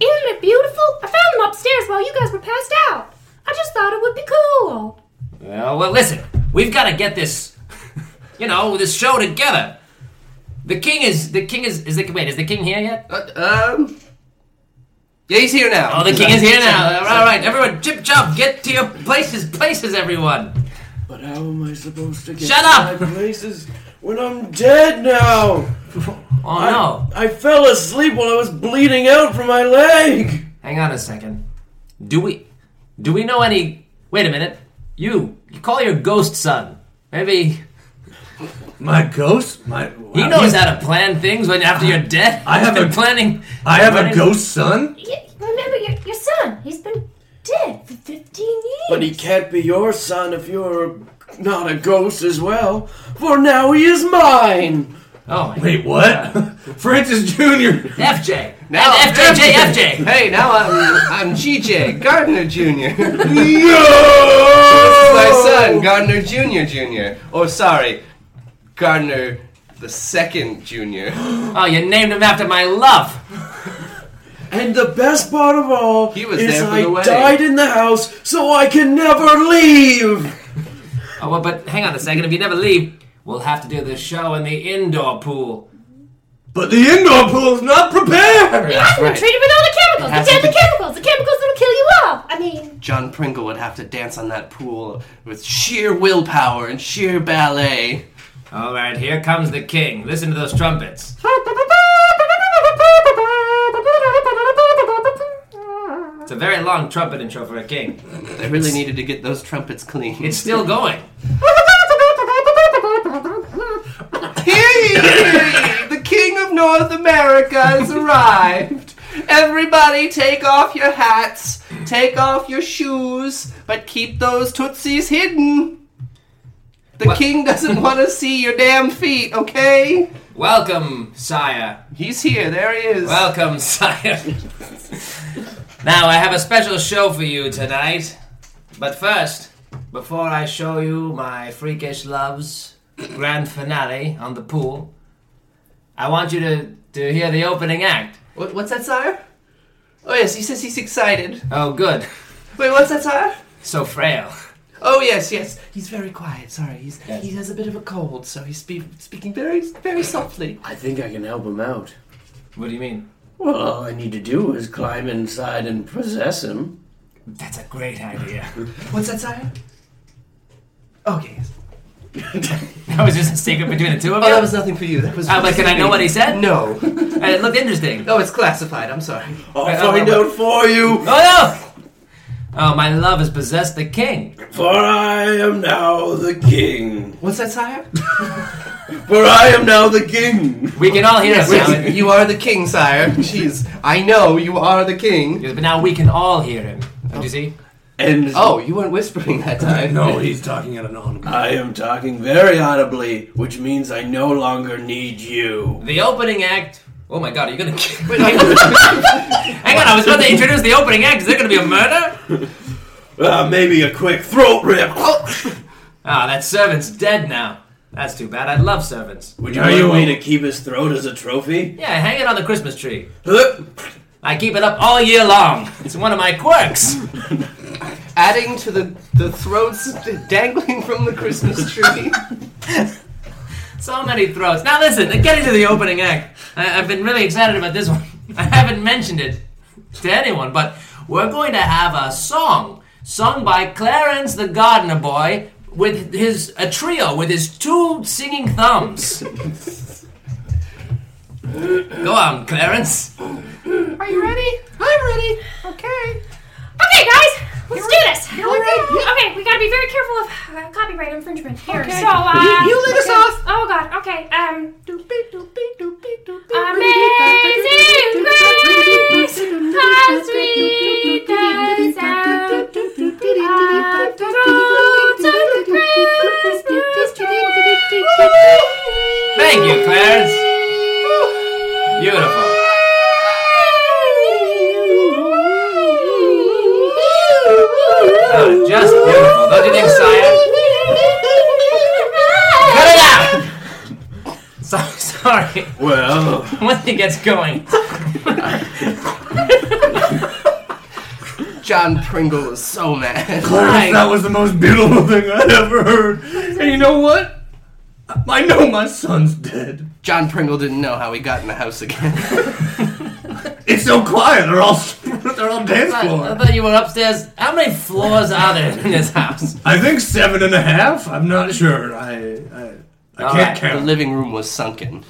Isn't it beautiful? I found them upstairs while you guys were passed out. I just thought it would be cool.
Well, well, listen. We've got to get this, you know, this show together. The king is the king is is the wait is the king here yet?
Uh, um. Yeah, he's here now.
Oh, the king is here now. All right, all right, everyone, chip chop, get to your places, places, everyone.
But how am I supposed to get
Shut up!
to my places when I'm dead now?
Oh
I-
no!
I fell asleep while I was bleeding out from my leg.
Hang on a second. Do we do we know any? Wait a minute. You you call your ghost son. Maybe
My ghost? My
he knows how to plan things when after you're dead.
Uh, I have
He's been
a-
planning.
I have a
planning-
ghost son?
Y remember your, your son? He's been dead for 15 years.
But he can't be your son if you're not a ghost as well. For now he is mine.
Oh my.
Wait, what? Francis Jr.
FJ.
Now-
FJJ FJ.
Hey, now I'm I'm GJ Gardner Jr.
No!
My son, Gardner Jr. Jr. Or sorry, Gardner the second Jr.
Oh, you named him after my love.
And the best part of all
He was
is
there for
I
the wedding.
died in the house so I can never leave.
Oh, well, but hang on a second. If you never leave, we'll have to do the show in the indoor pool.
But the indoor pool's not prepared.
You haven't been
right.
treated with all the chemicals,
has
the
to
deadly
be-
chemicals, the chemicals that'll kill you all. I mean,
John Pringle would have to dance on that pool with sheer willpower and sheer ballet.
All right, here comes the king. Listen to those trumpets. It's a very long trumpet intro for a king.
They really needed to get those trumpets clean.
It's still going.
Hey! the King of North America has arrived. Everybody, take off your hats, take off your shoes, but keep those tootsies hidden. The
What?
king doesn't want to see your damn feet, okay?
Welcome, sire.
He's here. There he is.
Welcome, sire. now, I have a special show for you tonight. But first, before I show you my freakish loves grand finale on the pool, I want you to, to hear the opening act.
What, what's that, sire? Oh yes, he says he's excited.
Oh, good.
Wait, what's that, sire?
So frail.
Oh yes, yes. He's very quiet. Sorry, he's he has a bit of a cold, so he's spe- speaking very very softly.
I think I can help him out.
What do you mean?
Well, all I need to do is climb inside and possess him.
That's a great idea.
What's that, sire? Okay. yes.
that was just a secret between the two of
Oh,
you.
that was nothing for you. That was.
Ah, but can I know what he said?
No.
And it looked interesting.
Oh, it's classified. I'm sorry.
I'll find out for you,
Oh no! Oh, my love has possessed the king.
for I am now the king.
What's that, sire?
For I am now the king.
We can all hear it now.
Wait, you are the king, sire. Jeez, I know you are the king.
But now we can all hear him. Don't you see?
And
Oh, you weren't whispering that time.
Oh,
No, he's talking at an on.
I am talking very audibly, which means I no longer need you.
The opening act. Oh my god, are you gonna. Hang on, I was about to introduce the opening act. Is there gonna be a murder?
Uh, maybe a quick throat rip.
Ah, that servant's dead now. That's too bad. I love servants.
Would you like me to keep his throat as a trophy?
Yeah, hang it on the Christmas tree.
Huh?
I keep it up all year long. It's one of my quirks.
Adding to the the throats dangling from the Christmas tree.
So many throats. Now listen, getting to the opening act. I, I've been really excited about this one. I haven't mentioned it to anyone, but we're going to have a song sung by Clarence the Gardener Boy with his a trio with his two singing thumbs. Go on, Clarence.
Are you ready? I'm ready. Okay.
okay, guys, let's do this.
we go.
Okay, we gotta be very careful of uh, copyright infringement here.
Okay.
So, uh,
You- you lead us
okay.
off.
Oh God. Okay. Um.
Doopy, doopy, doopy, doopy.
Amazing grace, how sweet the sound of the fruits of the Christmas tree.
Thank you, Clarence. Beautiful. Oh, just beautiful. Don't you think, Sire? Cut it out! So, sorry.
Well,
Once he gets going.
John Pringle was so mad.
Right.
That was the most beautiful thing I'd ever heard. And you know what? I know my son's dead.
John Pringle didn't know how he got in the house again.
It's so quiet. They're all they're all dance
I, I
floor.
thought you were upstairs. How many floors are there in this house?
I think seven and a half. I'm not sure. I I, I
All
can't
right.
The
count.
living room was sunken.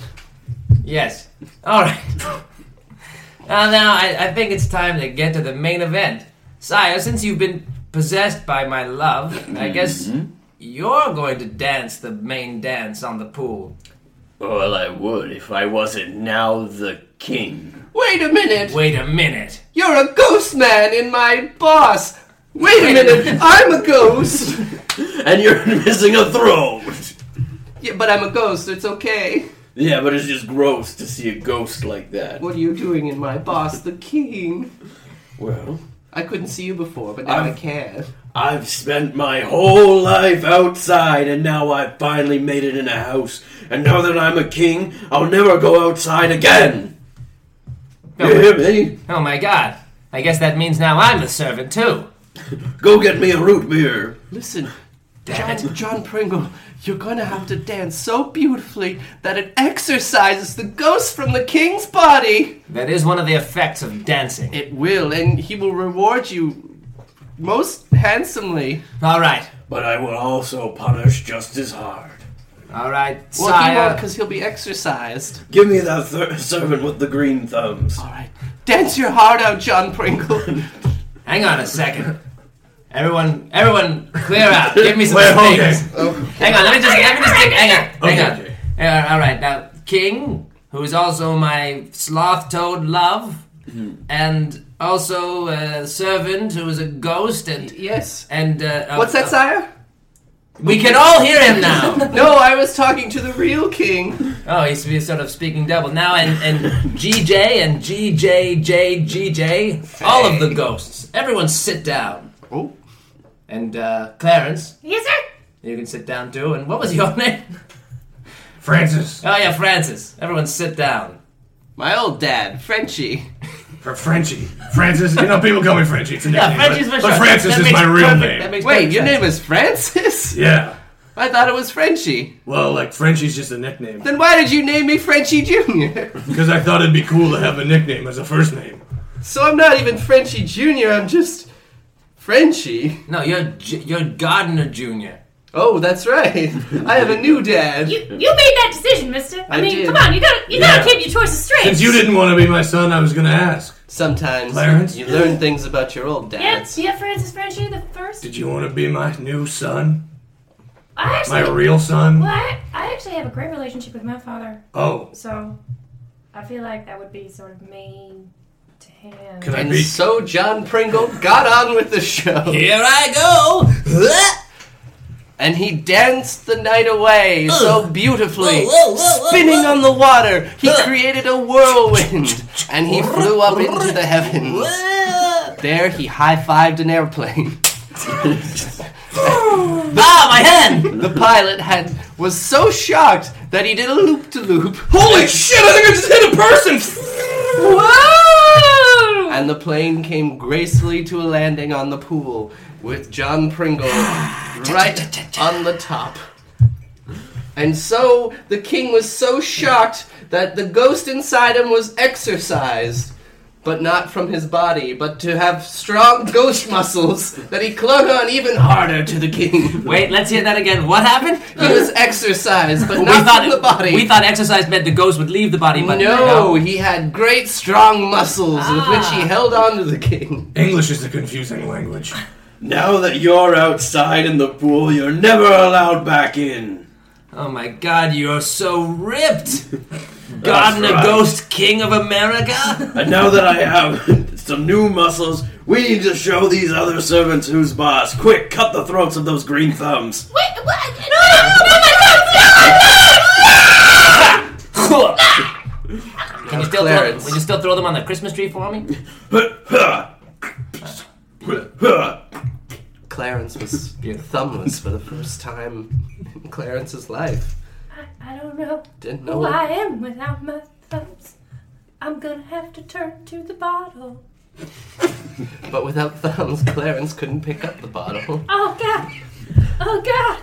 Yes. All right. now, now I, I think it's time to get to the main event. Sire, since you've been possessed by my love, I guess you're going to dance the main dance on the pool.
well, I would if I wasn't now the king.
Wait a minute!
Wait a minute.
You're a ghost man in my boss! Wait a minute! I'm a ghost!
And you're missing a throat.
Yeah, but I'm a ghost, it's okay.
Yeah, but it's just gross to see a ghost like that.
What are you doing in my boss, the king?
Well,
I couldn't see you before, but now i
I'm-
can.
I've spent my whole life outside, and now I finally made it in a house. And now that I'm a king, I'll never go outside again. You hear me?
Oh my god. I guess that means now I'm the servant too.
Go get me a root beer.
Listen,
Damn
John, John Pringle, you're gonna have to dance so beautifully that it exorcises the ghost from the king's body.
That is one of the effects of dancing.
It will, and he will reward you most handsomely.
all right,
But I will also punish just as hard.
all right,
Well, he
sire.
won't, because he'll be exorcised.
Give me that thir- servant with the green thumbs.
All right, dance your heart out, John Pringle.
Hang on a second. Everyone, everyone, clear out. Give me some things. Hang on, let me just, let me just think. Hang on, hang on.
Oh. Okay.
Yeah, all right, now King, who is also my sloth-toed love,
Hmm.
and also a servant who is a ghost, and
yes.
and uh, uh,
What's that, sire?
We can all hear him now.
No, I was talking to the real king.
oh, he's, he's sort of speaking double now, and and GJ and GJJ GJ, all of the ghosts. Everyone, sit down.
Oh.
And uh, Clarence.
Yes, sir.
You can sit down too. And what was your name?
Francis,
Oh yeah, Francis. Everyone sit down.
My old dad, Frenchie.
for Frenchie. Francis, you know people call me Frenchie. It's a
Yeah,
nickname,
Frenchie's
but,
for sure.
but Francis
That
is
makes
my real
perfect-
name.
that makes
Wait,
perfect
your
sense.
name is Francis?
yeah.
I thought it was Frenchie.
Well, like Frenchie's just a nickname
Then why did you name me Frenchie Jr.?
because I thought it'd be cool to have a nickname as a first name.
So I'm not even Frenchie Jr., I'm just Frenchie.
No, you're J- you're Gardner Junior.
Oh, that's right. I have a new dad.
You, you made that decision, mister. I,
I
mean,
did.
come on, you gotta you
Yeah.
gotta keep your choices straight.
Since you didn't want to be my son, I was gonna ask.
Sometimes
Clarence?
you learn things about your old
Yeah,
dads.
yeah, Francis Frenchie the first.
Did you want to be my new son?
I
My
actually,
real son?
well, I, I actually have a great relationship with my father,
Oh,
so I feel like that would be sort of mean to him.
can I
And
be?
so John Pringle got on with the show.
Here I go.
And he danced the night away so beautifully,
Whoa, whoa, whoa, whoa,
spinning
whoa.
on the water. He created a whirlwind, and he flew up into the heavens. There, he high-fived an airplane.
ah, my hand.
The pilot had was so shocked that he did a loop-to-loop. Holy shit! I think I just hit a person.
Whoa!
And the plane came gracefully to a landing on the pool with John Pringle right on the top. And so the king was so shocked that the ghost inside him was exorcised, but not from his body, but to have strong ghost muscles that he clung on even harder to the king.
Wait, let's hear that again. What happened?
He was exorcised, but
we
not
thought
from the body.
we thought exercise meant the ghost would leave the body, but
no, he had great strong muscles with which
Ah.
he held on to the king.
English is a confusing language.
Now that you're outside in the pool, you're never allowed back in.
Oh my God, you're so ripped. Gardner
right.
Ghost King of America.
And now that I have some new muscles, we need to show these other servants who's boss. Quick, cut the throats of those green thumbs.
Wait, what? No, no, no, no, no,
Can you still throw,
Clarence.
would you still throw them on the Christmas tree for me?
Clarence was
Beautiful.
thumbless for the first time in Clarence's life.
I don't know
Didn't know
who Oh, I am without my thumbs. I'm gonna have to turn to the bottle.
it, but without thumbs, Clarence couldn't pick up the bottle.
Oh god! Oh god!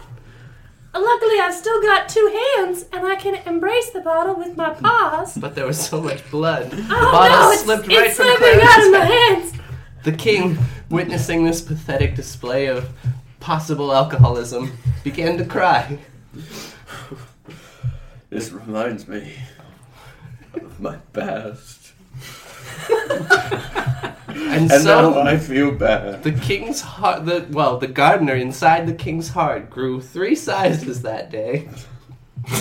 Uh, Luckily, I've still got two hands, and I can embrace the bottle with my paws.
But there was so much blood. The
Oh
bottle
no! It's,
slipped
it's
right from
slipping out of
Clarence's
my hands.
The king, witnessing this pathetic display of possible alcoholism, began to cry.
This reminds me of my past.
And,
And
so
now I feel bad.
the king's heart, the, well, the gardener inside the king's heart grew three sizes that day.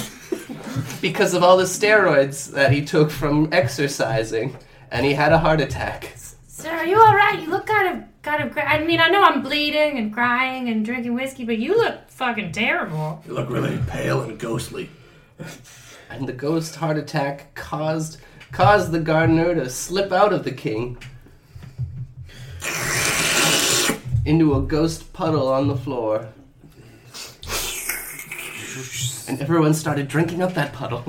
because of all the steroids that he took from exercising, and he had a heart attack.
Sir, are you all right? You look kind of kind of. Gra- I mean, I know I'm bleeding and crying and drinking whiskey, but you look fucking terrible.
You look really pale and ghostly.
And the ghost heart attack caused caused the gardener to slip out of the king into a ghost puddle on the floor. And everyone started drinking up that puddle.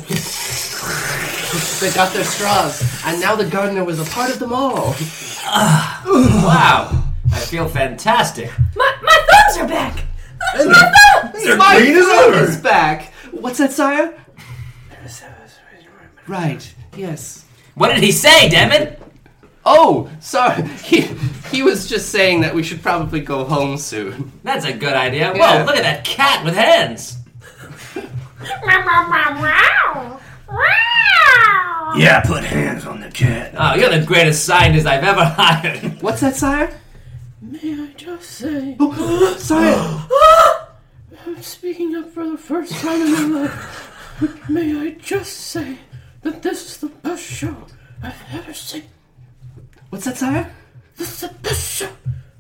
they got their straws, and now the gardener was a part of them all.
Wow, I feel fantastic.
My my thumbs are back.
What's that, sire? Right. Yes.
What did he say, damn it?
Oh, sorry. He, he was just saying that we should probably go home soon.
That's a good idea.
Yeah.
Whoa, look at that cat with hands.
Wow! Wow!
Yeah, put hands on the cat.
Oh, you're the greatest scientist I've ever hired.
What's that, sire?
May I just say,
Oh, sire.
I'm speaking up for the first time in my life. May I just say that this is the best show I've ever seen.
What's that, sire?
This is the best show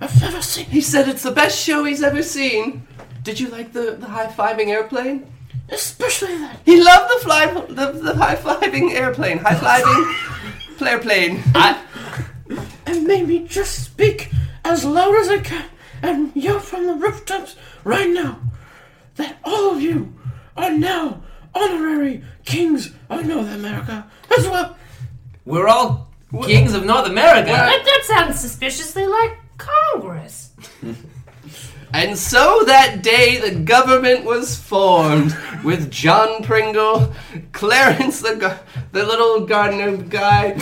I've ever seen.
He said it's the best show he's ever seen. Did you like the, the high fiving airplane?
Especially that.
He loved the fly the, the high fiving airplane, high fiving player plane.
I,
It made me just speak as loud as I can and yell from the rooftops right now that all of you are now honorary kings of North America as well.
we're all kings of North America.
But that sounds suspiciously like Congress.
And so that day the government was formed with John Pringle, Clarence the gar- the little gardener guy, and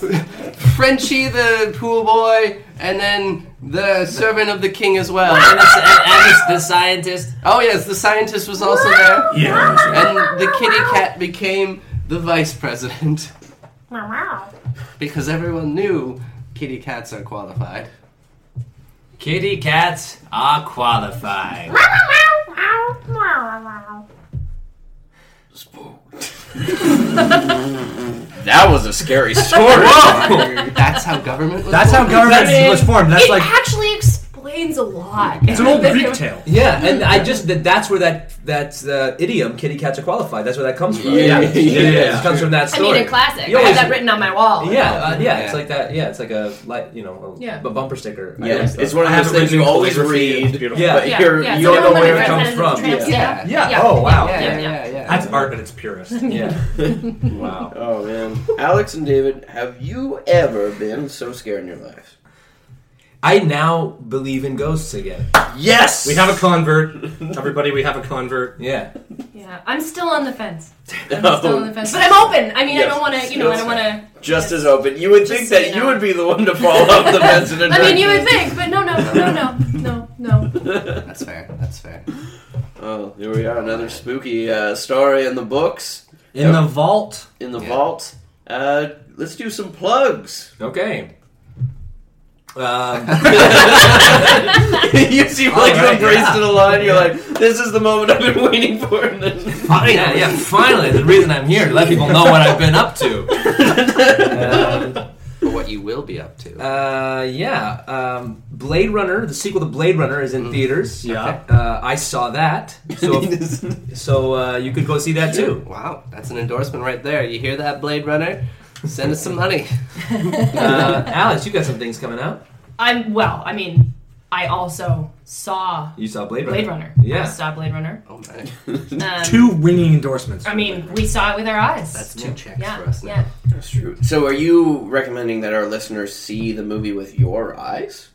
then Frenchie the pool boy, and then the servant of the king as well.
And, it's, and, and it's the scientist.
Oh yes, the scientist was also there,
Yeah.
and the kitty cat became the vice president
Wow!
because everyone knew kitty cats are qualified.
Kitty cats are qualified.
Wow! Wow! Wow!
That was a scary story.
That's how government was.
That's how
formed.
government
I mean,
was formed. That's
it
like
actually explains a lot.
it's an old Greek tale.
Yeah, and I just that, that's where that that uh, idiom "kitty cats are qualified." That's where that comes from.
Yeah, yeah,
it comes from that
I
story.
mean, a classic.
You
I
always-
have that written on my wall.
Yeah, uh, yeah, it's
Yeah.
like that. Yeah, it's like a light, you know, a,
Yeah.
a bumper sticker. I
Yeah,
guess.
it's one of those things you always read,
Yeah.
but
Yeah,
you're,
yeah,
you
so
don't know
everyone
where it
understands
comes
comes
it's
from,
trans-
yeah.
yeah.
Yeah.
Oh wow.
Yeah, yeah,
Yeah,
yeah, yeah.
That's art at its purest.
Yeah.
Wow.
Oh man, Alex and David, have you ever been so scared in your life?
I now believe in ghosts again.
Yes,
We have a convert. Everybody, we have a convert.
Yeah.
Yeah, I'm still on the fence. I'm
No.
still on the fence, but I'm open. I mean, I
Oh. Yes.
don't want to. You know, I don't want to.
just as open. You would
Just
think
so
that
you
you
know.
would be the one to fall off the fence and
I mean, you would think, but no, no, no, no, no, no.
That's fair. That's fair.
Oh, here we are, another spooky uh, story in the books,
In
Yeah.
the vault.
in the
Yeah.
vault. Uh, let's do some plugs.
Okay. Um,
you seem like
right,
some grace to the line. You're like, this is the moment I've been waiting for. And then
Fi- yeah, yeah, finally, the reason I'm here to let people know what I've been up to.
Um,
But what you will be up to?
Uh, yeah, um, Blade Runner, the sequel to Blade Runner, is in theaters.
Yeah.
Uh, I saw that, so so uh, you could go see that too.
Wow, that's an endorsement right there. You hear that, Blade Runner? Send us some money.
Uh, Alex, you got some things coming out.
I'm well. I mean, I also saw
You saw Blade Runner.
Blade Runner.
Yeah.
I saw Blade Runner.
Oh, man.
Um,
Two ringing endorsements.
I mean, we saw it with our eyes.
That's two checks
yeah,
for us now.
yeah.
that's true. So, are you recommending that our listeners see the movie with your eyes?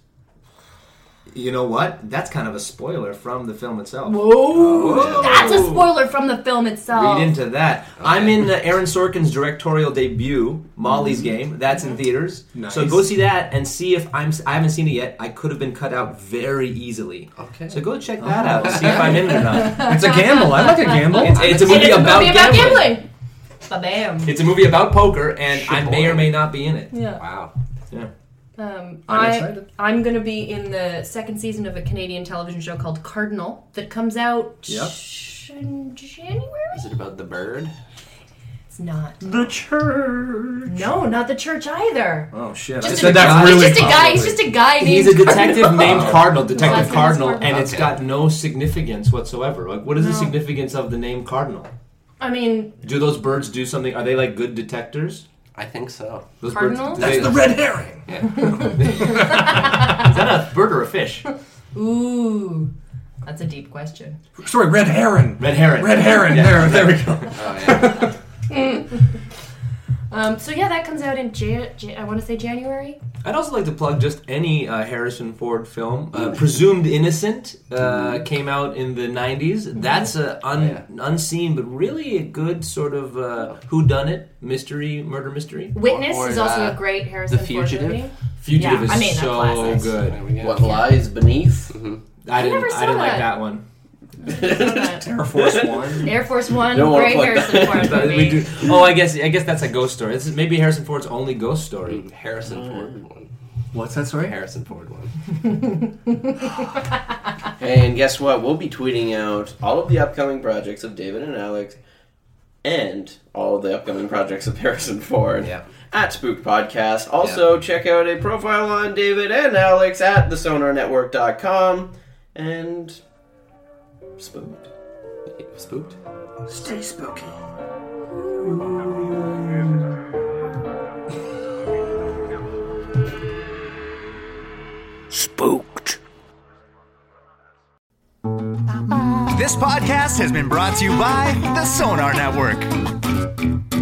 You know what? That's kind of a spoiler from the film itself.
Whoa, that's a spoiler from the film itself.
Read into that. I'm in uh, Aaron Sorkin's directorial debut, Molly's Game. That's in theaters.
Nice.
So go see that and see if I'm. I haven't seen it yet. I could have been cut out very easily.
Okay.
So go check that out. See if I'm in it or not.
It's a gamble. I like a gamble.
It's, it's a
It
movie
is a
about,
movie about
gambling.
gambling. Ba bam.
It's a movie about poker, and I may or may not be in it.
Yeah.
Wow.
Um,
I'm
I,
excited.
I'm going to be in the second season of a Canadian television show called Cardinal that comes out
Yep.
sh- in January.
Is it about the bird?
It's not.
The church.
No, not the church either.
Oh shit!
Just
said
a,
that's
guy-
really
just a guy. He's just a guy named.
He's a detective named
Oh.
Cardinal,
Last
Detective
name is
Cardinal,
Cardinal.
and it's got no significance whatsoever. Like, what is the significance of the name Cardinal?
I mean,
Do those birds do something? Are they like good detectors?
I think so.
Those
Cardinal?
Birds, do they-
The red herring.
is that a bird or a fish?
ooh, that's a deep question.
Sorry, red herring.
Red herring.
Red herring. There, there we go.
Oh, yeah.
Um, so yeah, that comes out in Jan- Jan- I want to say January.
I'd also like to plug just any uh, Harrison Ford film. Uh, Presumed Innocent
Mm-hmm.
uh, came out in the '90s. That's a
Oh,
un- unseen, but really a good sort of uh, whodunit mystery, murder mystery.
Witness
Or- or,
is also
uh,
a great Harrison
The
Ford
Fugitive?
movie.
Fugitive
Yeah,
is
I mean, that's
so
classic.
good.
What lies beneath?
I didn't.
never
I
saw
didn't like
that.
that one.
Air Force One.
Air Force One,
Don't wanna
great
plug
Harrison
I
Ford
thought
movie.
we do- oh, I guess. I guess that's a ghost story. This is maybe Harrison Ford's only ghost story.
Harrison Ford
Mm-hmm.
one.
What's that story?
Harrison Ford one.
And guess what? We'll be tweeting out all of the upcoming projects of David and Alex and all of the upcoming projects of Harrison Ford
Yeah.
at Spooked Podcast. Also, check out a profile on David and Alex at thesonarnetwork.com and Spooked.
Spooked.
Stay spooky. Spooked.
This podcast has been brought to you by the Sonar Network.